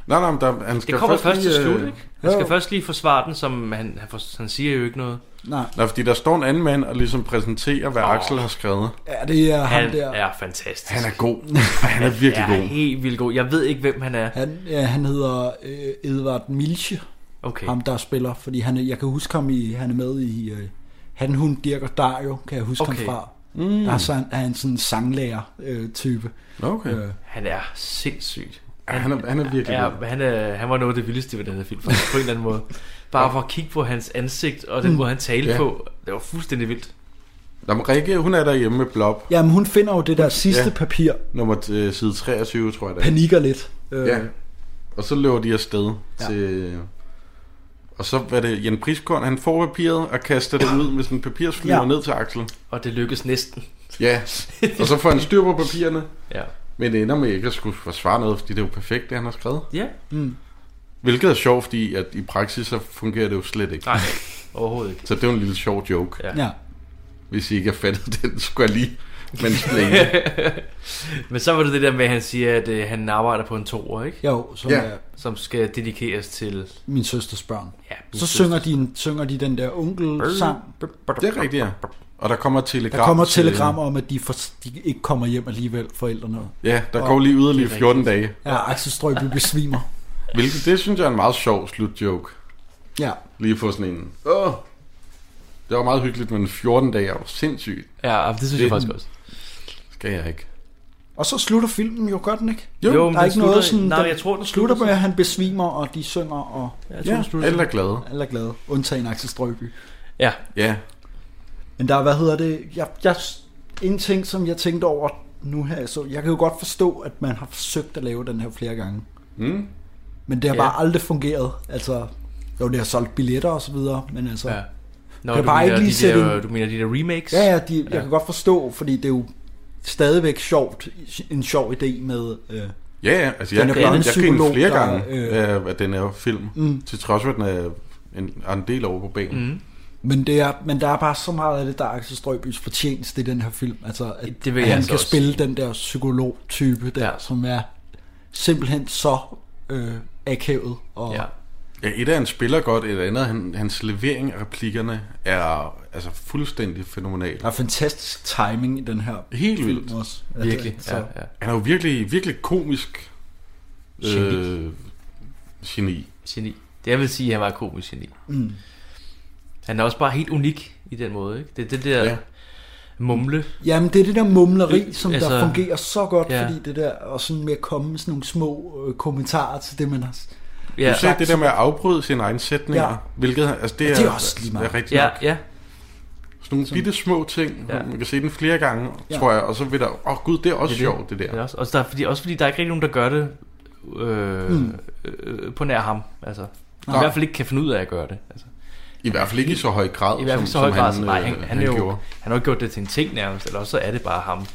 S4: Nej, nej, men der, han skal
S3: Det kommer først
S4: lige,
S3: til slut,
S4: øh,
S3: ikke? Han skal
S2: jo.
S3: først lige forsvare den, som han, han, for, han siger jo ikke noget.
S2: Nej,
S4: Nej, fordi der står en anden mand og ligesom præsenterer, hvad oh. Axel har skrevet.
S2: ja, det er ham
S3: Han
S2: der.
S3: er fantastisk.
S4: Han er god. Ej, han er virkelig
S3: ja,
S4: god.
S3: helt vildt god. Jeg ved ikke, hvem han er.
S2: Han, ja, han hedder øh, Edvard Milche,
S3: Okay.
S2: ham der spiller, fordi han, er- jeg kan huske ham i, han er med i øh, Han, hun, Dirk og Dario, kan jeg huske okay.
S3: Okay.
S2: ham fra.
S3: Mm.
S2: Mm. Der er, sådan, er han sådan en sanglærer-type.
S4: Okay.
S2: Øh,
S3: Han er sindssygt.
S4: Ja, han er- han er virkelig
S3: ja,
S4: god.
S3: han, er, han var noget af det vildeste ved den her film, faktisk, på en eller anden måde. Bare for at kigge på hans ansigt og den
S2: Mm.
S3: måde, han talte
S2: Ja.
S3: på. Det var fuldstændig vildt.
S4: Jamen, Rikke, hun er derhjemme med Blob.
S2: Jamen, hun finder jo det der sidste
S4: Ja.
S2: papir,
S4: Nummer øh, side 23, tror jeg det er.
S2: panikker lidt. Øh,
S4: Ja. Og så løber de afsted
S2: Ja.
S4: ja. til... Og så var det Jan Priskorn, han får papiret og kaster det ud med sådan en papirsflyver
S3: Ja.
S4: ja. ned til Axel.
S3: Og det lykkes næsten.
S4: Ja, og så får han styr på papirerne.
S3: Ja.
S4: Men det ender med ikke at skulle forsvare noget, fordi det er jo perfekt, det han har skrevet.
S3: Ja.
S2: Mm.
S4: Hvilket er sjovt, fordi at i praksis så fungerer det jo slet ikke.
S3: Nej, overhovedet ikke.
S4: Så det er jo en lille sjov joke.
S3: Ja.
S2: Ja.
S4: Hvis I ikke har fattet den, skulle jeg lige mansplaine.
S3: Men så var det det der med, at han siger, at øh, han arbejder på en toer, ikke?
S2: Jo, som Ja. er-
S3: som skal dedikeres til...
S2: Min søsters børn.
S3: Ja, min
S2: Så
S3: søster. Øh.
S2: synger de, synger de den der onkel-sang.
S4: Det er rigtigt, ja. Og der kommer et telegram.
S2: Der kommer
S4: til-
S2: telegrammer om, at de, for, de ikke kommer hjem alligevel, forældrene.
S4: Ja, der
S2: Og-
S4: går lige yderligere 14 dage.
S2: Ja, Axel Strøby besvimer.
S4: Hvilket, det synes jeg er en meget sjov slutjoke.
S2: Ja.
S4: Lige få sådan en. Åh! Det var meget hyggeligt, men 14 dage er jo sindssygt.
S3: Ja, det synes jeg faktisk også.
S4: Skal jeg ikke.
S2: Og så slutter filmen jo godt, den ikke?
S4: Jo, men
S2: der er
S4: den
S2: ikke
S4: slutter-
S2: noget sådan...
S4: nej, jeg tror, den
S2: slutter
S4: slutter
S2: med, at han besvimer, og de synger, og... Ja,
S4: tror, den slutter- Alle er glade.
S2: Alle er glade, undtagen Axel Strøby.
S3: Ja.
S4: Ja.
S2: Men der er, hvad hedder det... Jeg, jeg, en ting, som jeg tænkte over nu her, så jeg kan jo godt forstå, at man har forsøgt at lave den her flere gange.
S4: Mm.
S2: Men det har
S4: Ja.
S2: bare aldrig fungeret. Altså, jo, det har solgt billetter og så videre, men altså...
S3: Ja. Nå,
S2: kan
S3: du
S2: bare
S3: mener,
S2: ikke lige
S3: de
S2: sætte
S3: der,
S2: en-
S3: du mener de der remakes?
S2: Ja, ja, de, ja,
S3: Ja.
S2: jeg kan godt forstå, fordi det er jo stadigvæk sjovt, en sjov idé med... Øh,
S4: Ja, ja, altså jeg,
S2: den her
S4: jeg, jeg, jeg griner
S2: børnepsykolog,
S4: flere
S2: der,
S4: gange,
S2: øh,
S4: øh, at den er film.
S2: Mm.
S4: Mm. Til trods for, at den er en, er en del over på banen.
S3: Mm.
S2: Men, det er, men der er bare så meget af det, der er Axel Strøbys fortjeneste i den her film. Altså, at,
S3: Det vil
S2: at
S3: jeg
S2: han
S3: altså
S2: kan
S3: også
S2: spille den der psykolog-type der, ja. som er simpelthen så øh, akavet. Og, ja.
S4: Ja, et af hans spiller godt, et andet, han, hans levering af replikkerne er altså fuldstændig fænomenal.
S2: Der er fantastisk timing i den her
S4: Helt
S2: film
S4: vildt.
S2: også. At,
S3: Virkelig,
S2: øh,
S3: ja,
S2: så-
S3: ja.
S4: Han er jo virkelig, virkelig komisk
S3: Geni.
S4: Øh, geni.
S3: Geni. Det jeg vil sige, at han var et komisk geni.
S2: Mm.
S3: Han er også bare helt unik i den måde, ikke? Det er det der ja.
S2: Ja.
S3: mumle.
S2: Jamen, det er det der mumleri, som altså,
S3: Altså,
S2: der fungerer så godt,
S3: ja.
S2: ja. fordi det der, og sådan med at komme med sådan nogle små øh, kommentarer til det, man har... s-
S4: Ja. Du sagde
S2: sagt,
S4: det der med at afbryde sine egne sætninger,
S2: Ja.
S4: ja. hvilket altså det
S2: Ja,
S4: er,
S2: det er også lige meget.
S4: er rigtigt
S2: Ja,
S4: nok.
S3: ja.
S4: Sådan nogle bitte små ting,
S3: Ja.
S4: ja. man kan se den flere gange,
S3: Ja.
S4: ja. tror jeg, og så vil der, åh oh, gud, det er også det er sjovt, det der.
S3: er også, også, der, fordi, også fordi der er ikke rigtig nogen, der gør det øh,
S4: Mm.
S3: øh, på nær ham. Altså,
S4: Nej.
S3: I hvert fald ikke kan finde ud af at gøre det. Altså.
S4: I hvert fald ikke i så høj grad,
S3: I hvert fald
S4: som-
S3: ikke så høj grad,
S4: som han,
S3: som nej, han,
S4: øh,
S3: han,
S4: han
S3: er jo,
S4: gjorde.
S3: han har jo gjort det til en ting nærmest, eller også så er det bare ham,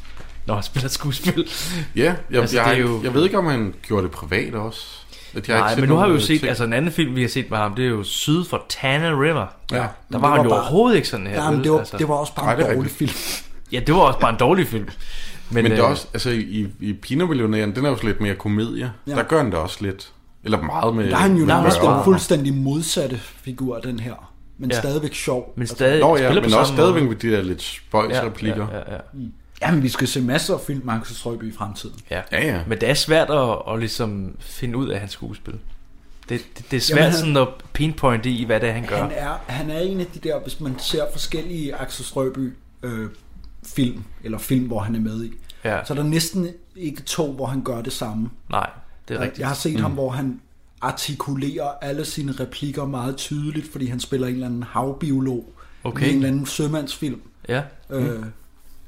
S3: når han spiller skuespil.
S4: Ja, jeg, altså, jeg,
S3: det
S4: jeg,
S3: er
S4: jo... jeg ved ikke, om han gjorde det privat også. At jeg har
S3: Nej,
S4: ikke set
S3: men nu har vi jo
S4: nogen, øh,
S3: set,
S4: ting.
S3: altså en anden film, vi har set med ham, det er jo Syd for Tana River. Der
S4: Ja.
S3: var,
S4: Men
S3: var
S4: det
S3: han
S4: var
S3: jo
S4: bare-
S3: overhovedet ikke sådan her.
S4: Jamen,
S3: vel?
S4: det var-
S2: det var også bare en
S4: Nej, det er
S2: dårlig
S4: rigtigt.
S3: Ja, det var også bare en dårlig film.
S4: Men, men det er
S3: øh,
S4: også, altså i, i Pinermillionæren, den er jo så lidt mere komedie.
S2: Ja.
S4: Ja. Der gør han det også lidt. Eller meget med...
S2: Der er han jo
S4: med
S2: nærmest
S4: børn.
S2: den fuldstændig modsatte figur, den her. Men
S4: Ja.
S2: ja. stadigvæk sjov. Altså-
S3: Men
S4: Nå ja, men også stadigvæk med de der lidt spøjsreplikker.
S3: Ja, ja, ja.
S2: Jamen, vi skal se masser af film, Markus Strøby i fremtiden.
S3: Ja.
S4: Ja, ja.
S3: Men det er svært at, at ligesom finde ud af hans skuespil. Det, det, det er svært
S2: Jamen,
S3: Jamen,
S2: han-
S3: sådan at pinpointe i, hvad det er, han gør.
S2: Han er, han er en af de der, hvis man ser forskellige Axel Strøby øh, film, eller film, hvor han er med i,
S3: Ja.
S2: så er der næsten ikke to, hvor han gør det samme.
S3: Nej, det er
S2: Jeg-
S3: rigtigt.
S2: Jeg har set mm. ham,
S3: Mm.
S2: hvor han artikulerer alle sine replikker meget tydeligt, fordi han spiller en eller anden havbiolog
S3: Okay.
S2: i en eller anden sømandsfilm.
S3: Ja.
S2: Øh,
S3: Mm.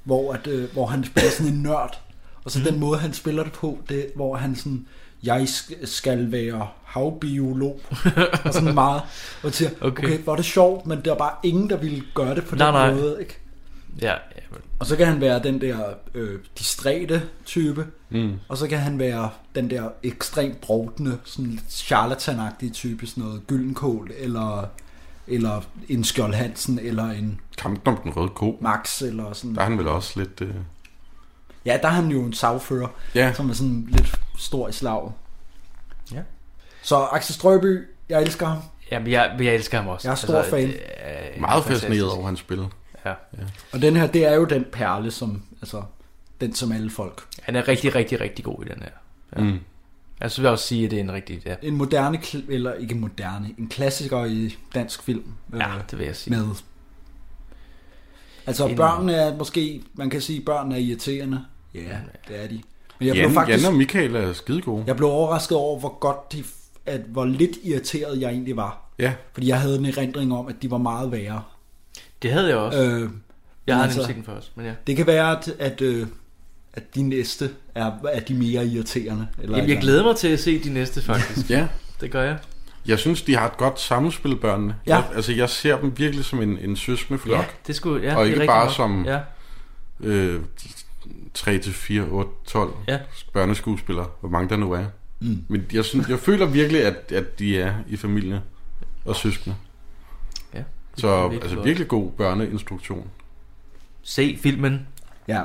S2: hvor, at, øh, hvor han spiller sådan en nørd. Og så mm. den måde, han spiller det på, det, hvor han sådan, jeg sk- skal være havbiolog. og sådan meget. Og siger, okay.
S3: Okay.
S2: okay, hvor er det sjovt, men der er bare ingen, der ville gøre det på
S3: Nej,
S2: den
S3: nej.
S2: måde. Ikke?
S3: Ja,
S2: Og så kan han være den der øh, distræte type,
S4: Mm.
S2: og så kan han være den der ekstremt brovtende, sådan lidt charlatanagtige type, sådan noget gyldenkål, eller, eller en Skjold Hansen, eller en
S4: Kampen om den røde ko.
S2: Max, eller sådan.
S4: Der er han vel også lidt... Øh...
S2: Ja, der er han jo en sagfører,
S4: Ja.
S2: som er sådan lidt stor i slaget.
S3: Ja.
S2: Så Axel Strøby, jeg elsker ham.
S3: Jamen, jeg, jeg elsker ham også. Altså,
S2: Jeg er stor fan.
S3: det er
S4: Meget
S3: fantastisk.
S4: fascineret over hans spil.
S3: Ja.
S4: ja.
S2: Og den her, det er jo den perle, som, altså, den som alle folk.
S3: Han er rigtig, rigtig, rigtig god i den her. Ja.
S4: Mm.
S3: Altså, vil jeg også sige, at det er en rigtig... Ja.
S2: En moderne, kl- eller ikke moderne, en klassiker i dansk film. Ja,
S3: det vil jeg sige.
S2: Med Altså børnene er måske, man kan sige, børnene er irriterende. Ja, det er de. Men jeg blev
S4: Jan,
S2: faktisk,
S4: Jan og Michael er skide gode.
S2: jeg blev overrasket over, hvor godt de, at, hvor lidt irriteret jeg egentlig var.
S4: Ja.
S2: Fordi jeg havde en erindring om, at de var meget værre.
S3: Det havde jeg også.
S2: Øh,
S3: jeg har nemlig set den først, men ja.
S2: Det kan være, at, at, øh, at de næste er, er de mere irriterende. Eller
S3: Jamen, jeg glæder mig til at se de næste, faktisk.
S4: Ja.
S3: Det gør jeg.
S4: Jeg synes, de har et godt samspil, børnene.
S3: Ja.
S4: Jeg, altså, jeg ser dem virkelig som en, en søskendeflok.
S3: Ja, det skulle- ja, det er
S4: Og ikke
S3: rigtigt
S4: bare
S3: nok.
S4: som
S3: Ja.
S4: øh, 3 til 4, 8, 12
S3: Ja.
S4: børneskuespillere, hvor mange der nu er.
S2: Mm.
S4: Men jeg, synes, jeg føler virkelig, at, at de er i familie og søskende.
S3: Ja.
S4: Så
S3: virkelig
S4: altså,
S3: godt.
S4: virkelig god børneinstruktion.
S3: Se filmen.
S2: Ja,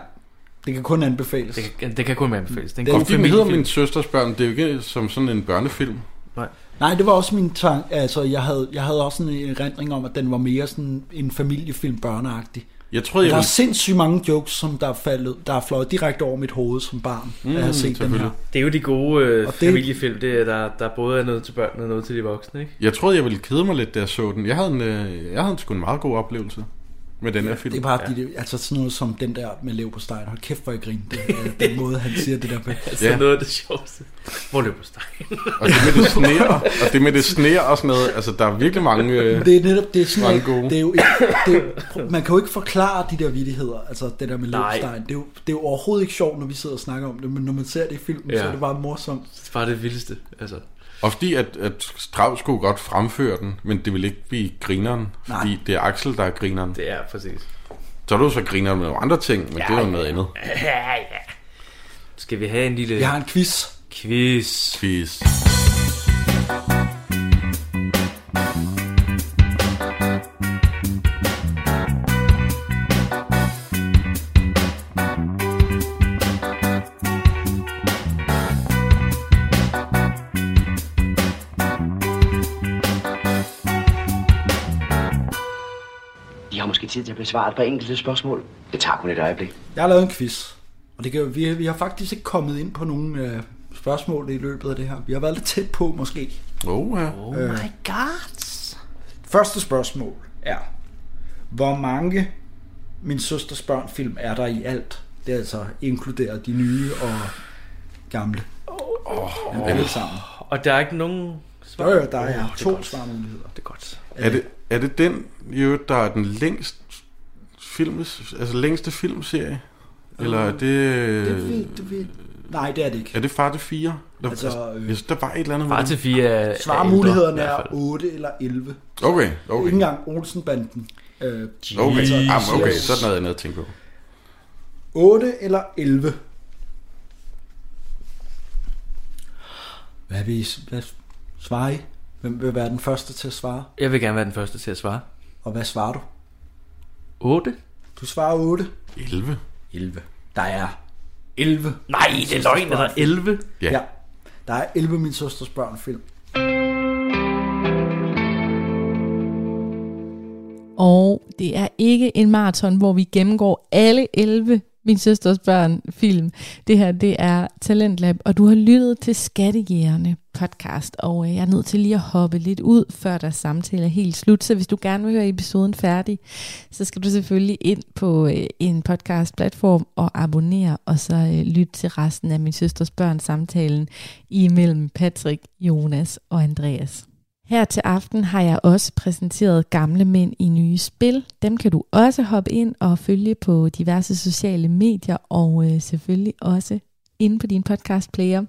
S2: det kan kun anbefales.
S3: Det kan, det kan kun anbefales. Det er en
S4: Den,
S3: god
S4: og filmen hedder
S3: familiefilm.
S4: Min Søsters Børn. Det er jo ikke som sådan en børnefilm.
S3: Nej.
S2: Nej, det var også min tanke. Altså, jeg havde, jeg havde også en erindring om, at den var mere sådan en familiefilm børneagtig.
S4: Jeg troede,
S2: Men
S4: jeg
S2: der er
S4: ville-
S2: sindssygt mange jokes, som der er, faldet, der er fløjet direkte over mit hoved som barn, mm, at jeg har set den her.
S3: Det er jo de gode øh,
S2: Og det-
S3: familiefilm, det er, der, der både er noget til børnene og noget til de voksne, ikke?
S4: Jeg troede, jeg ville kede mig lidt, da jeg så den. Jeg havde, en, øh, jeg havde en sgu en meget god oplevelse med den her film.
S2: Det er bare ja. de, altså sådan noget som den der med lever på stegen. Hold kæft, hvor jeg griner. Det er den måde, han siger det der på.
S4: Altså, Ja. noget
S3: af det sjoveste. Hvor løber stegen?
S4: Og det med det sneer, og det med det sneer og sådan noget. Altså, der er virkelig mange... Øh,
S2: Det er netop, det er sådan,
S4: mange
S2: at-
S4: gode.
S2: det er jo ikke, det er, jo- man kan jo ikke forklare de der vittigheder, altså det der med
S3: Nej.
S2: Løbstein. Det, er jo- det er jo overhovedet ikke sjovt, når vi sidder og snakker om det, men når man ser det i filmen, ja. så
S4: Ja.
S2: er det bare morsomt.
S3: Det var det vildeste, altså.
S4: Og fordi at, at Strauss kunne godt fremføre den, men det vil ikke blive grineren,
S2: Nej.
S4: fordi det er Axel, der er grineren.
S3: Det er præcis.
S4: Så er du så grineren med nogle andre ting, men ja, det er jo noget andet.
S3: Ja, ja. Skal vi have en lille...
S2: Vi har en quiz.
S3: Quiz.
S4: Quiz.
S12: I har måske tid til at besvare et par enkelte spørgsmål. Det tager kun et øjeblik.
S2: Jeg har lavet en quiz, og det kan, vi, vi har faktisk ikke kommet ind på nogen øh, spørgsmål i løbet af det her. Vi har været lidt tæt på, måske.
S4: Oh, ja.
S2: Oh my god. Første spørgsmål er, hvor mange Min Søsters Børn-film er der i alt? Det er altså inkluderet de nye og gamle. Oh, oh, alle sammen.
S3: Og der er ikke nogen svar?
S2: Jo, jo, der er
S3: Åh, det
S2: to
S3: godt.
S2: svarmuligheder.
S3: Det er godt.
S4: Er det, er det den, jo, der er den længst film, altså længste filmserie? Eller er det...
S2: Øh, Det ved, det ved. Nej, det er det ikke.
S4: øh, Er det Far til 4? Der,
S2: Altså,
S4: altså,
S2: øh,
S4: øh, der var et eller andet...
S3: Far
S4: med
S3: til
S4: den.
S3: 4 er... er
S2: Svarmulighederne
S3: ældre, i
S2: er
S3: hvert fald.
S2: 8 eller 11.
S4: Okay, okay.
S2: Ikke engang Olsenbanden. Øh,
S4: Okay,
S2: altså,
S4: ah, men
S2: siger-
S4: okay, så er der noget andet at tænke på.
S2: 8 eller 11? Hvad, vil I, hvad svarer I? Hvem vil være den første til at svare?
S3: Jeg vil gerne være den første til at svare.
S2: Og hvad svarer du?
S3: 8?
S2: Du svarer 8.
S4: 11?
S2: 11. Der er 11.
S3: Nej, det er løgn, der er 11.
S2: Ja. ja. Der er 11 Min Søsters Børn film.
S1: Og det er ikke en maraton, hvor vi gennemgår alle 11 min søsters børn film. Det her, det er Talentlab, og du har lyttet til Skattejægerne podcast, og øh, jeg er nødt til lige at hoppe lidt ud, før der samtale er helt slut. Så hvis du gerne vil høre episoden færdig, så skal du selvfølgelig ind på øh, en podcast-platform og abonnere, og så øh, lytte til resten af min søsters børn samtalen imellem Patrick, Jonas og Andreas. Her til aften har jeg også præsenteret gamle mænd i nye spil. Dem kan du også hoppe ind og følge på diverse sociale medier og øh, selvfølgelig også inde på din podcast player.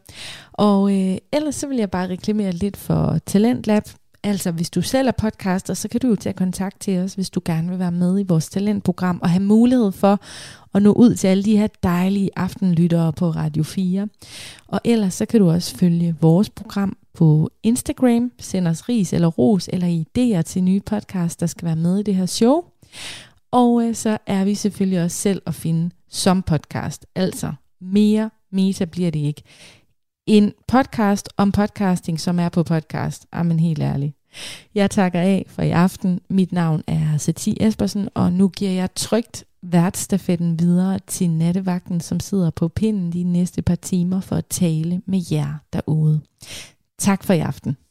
S1: Og øh, ellers så vil jeg bare reklamere lidt for Talentlab. Altså hvis du selv er podcaster, så kan du jo tage kontakt til os, hvis du gerne vil være med i vores talentprogram og have mulighed for at nå ud til alle de her dejlige aftenlyttere på Radio 4. Og ellers så kan du også følge vores program på Instagram, send os ris eller ros eller idéer til nye podcasts, der skal være med i det her show. Og øh, så er vi selvfølgelig også selv at finde som podcast. Altså mere meta bliver det ikke. En podcast om podcasting, som er på podcast. Jamen helt ærligt. Jeg takker af for i aften. Mit navn er Satie Espersen, og nu giver jeg trygt værtsstafetten videre til nattevagten, som sidder på pinden de næste par timer for at tale med jer derude. Tak for i aften.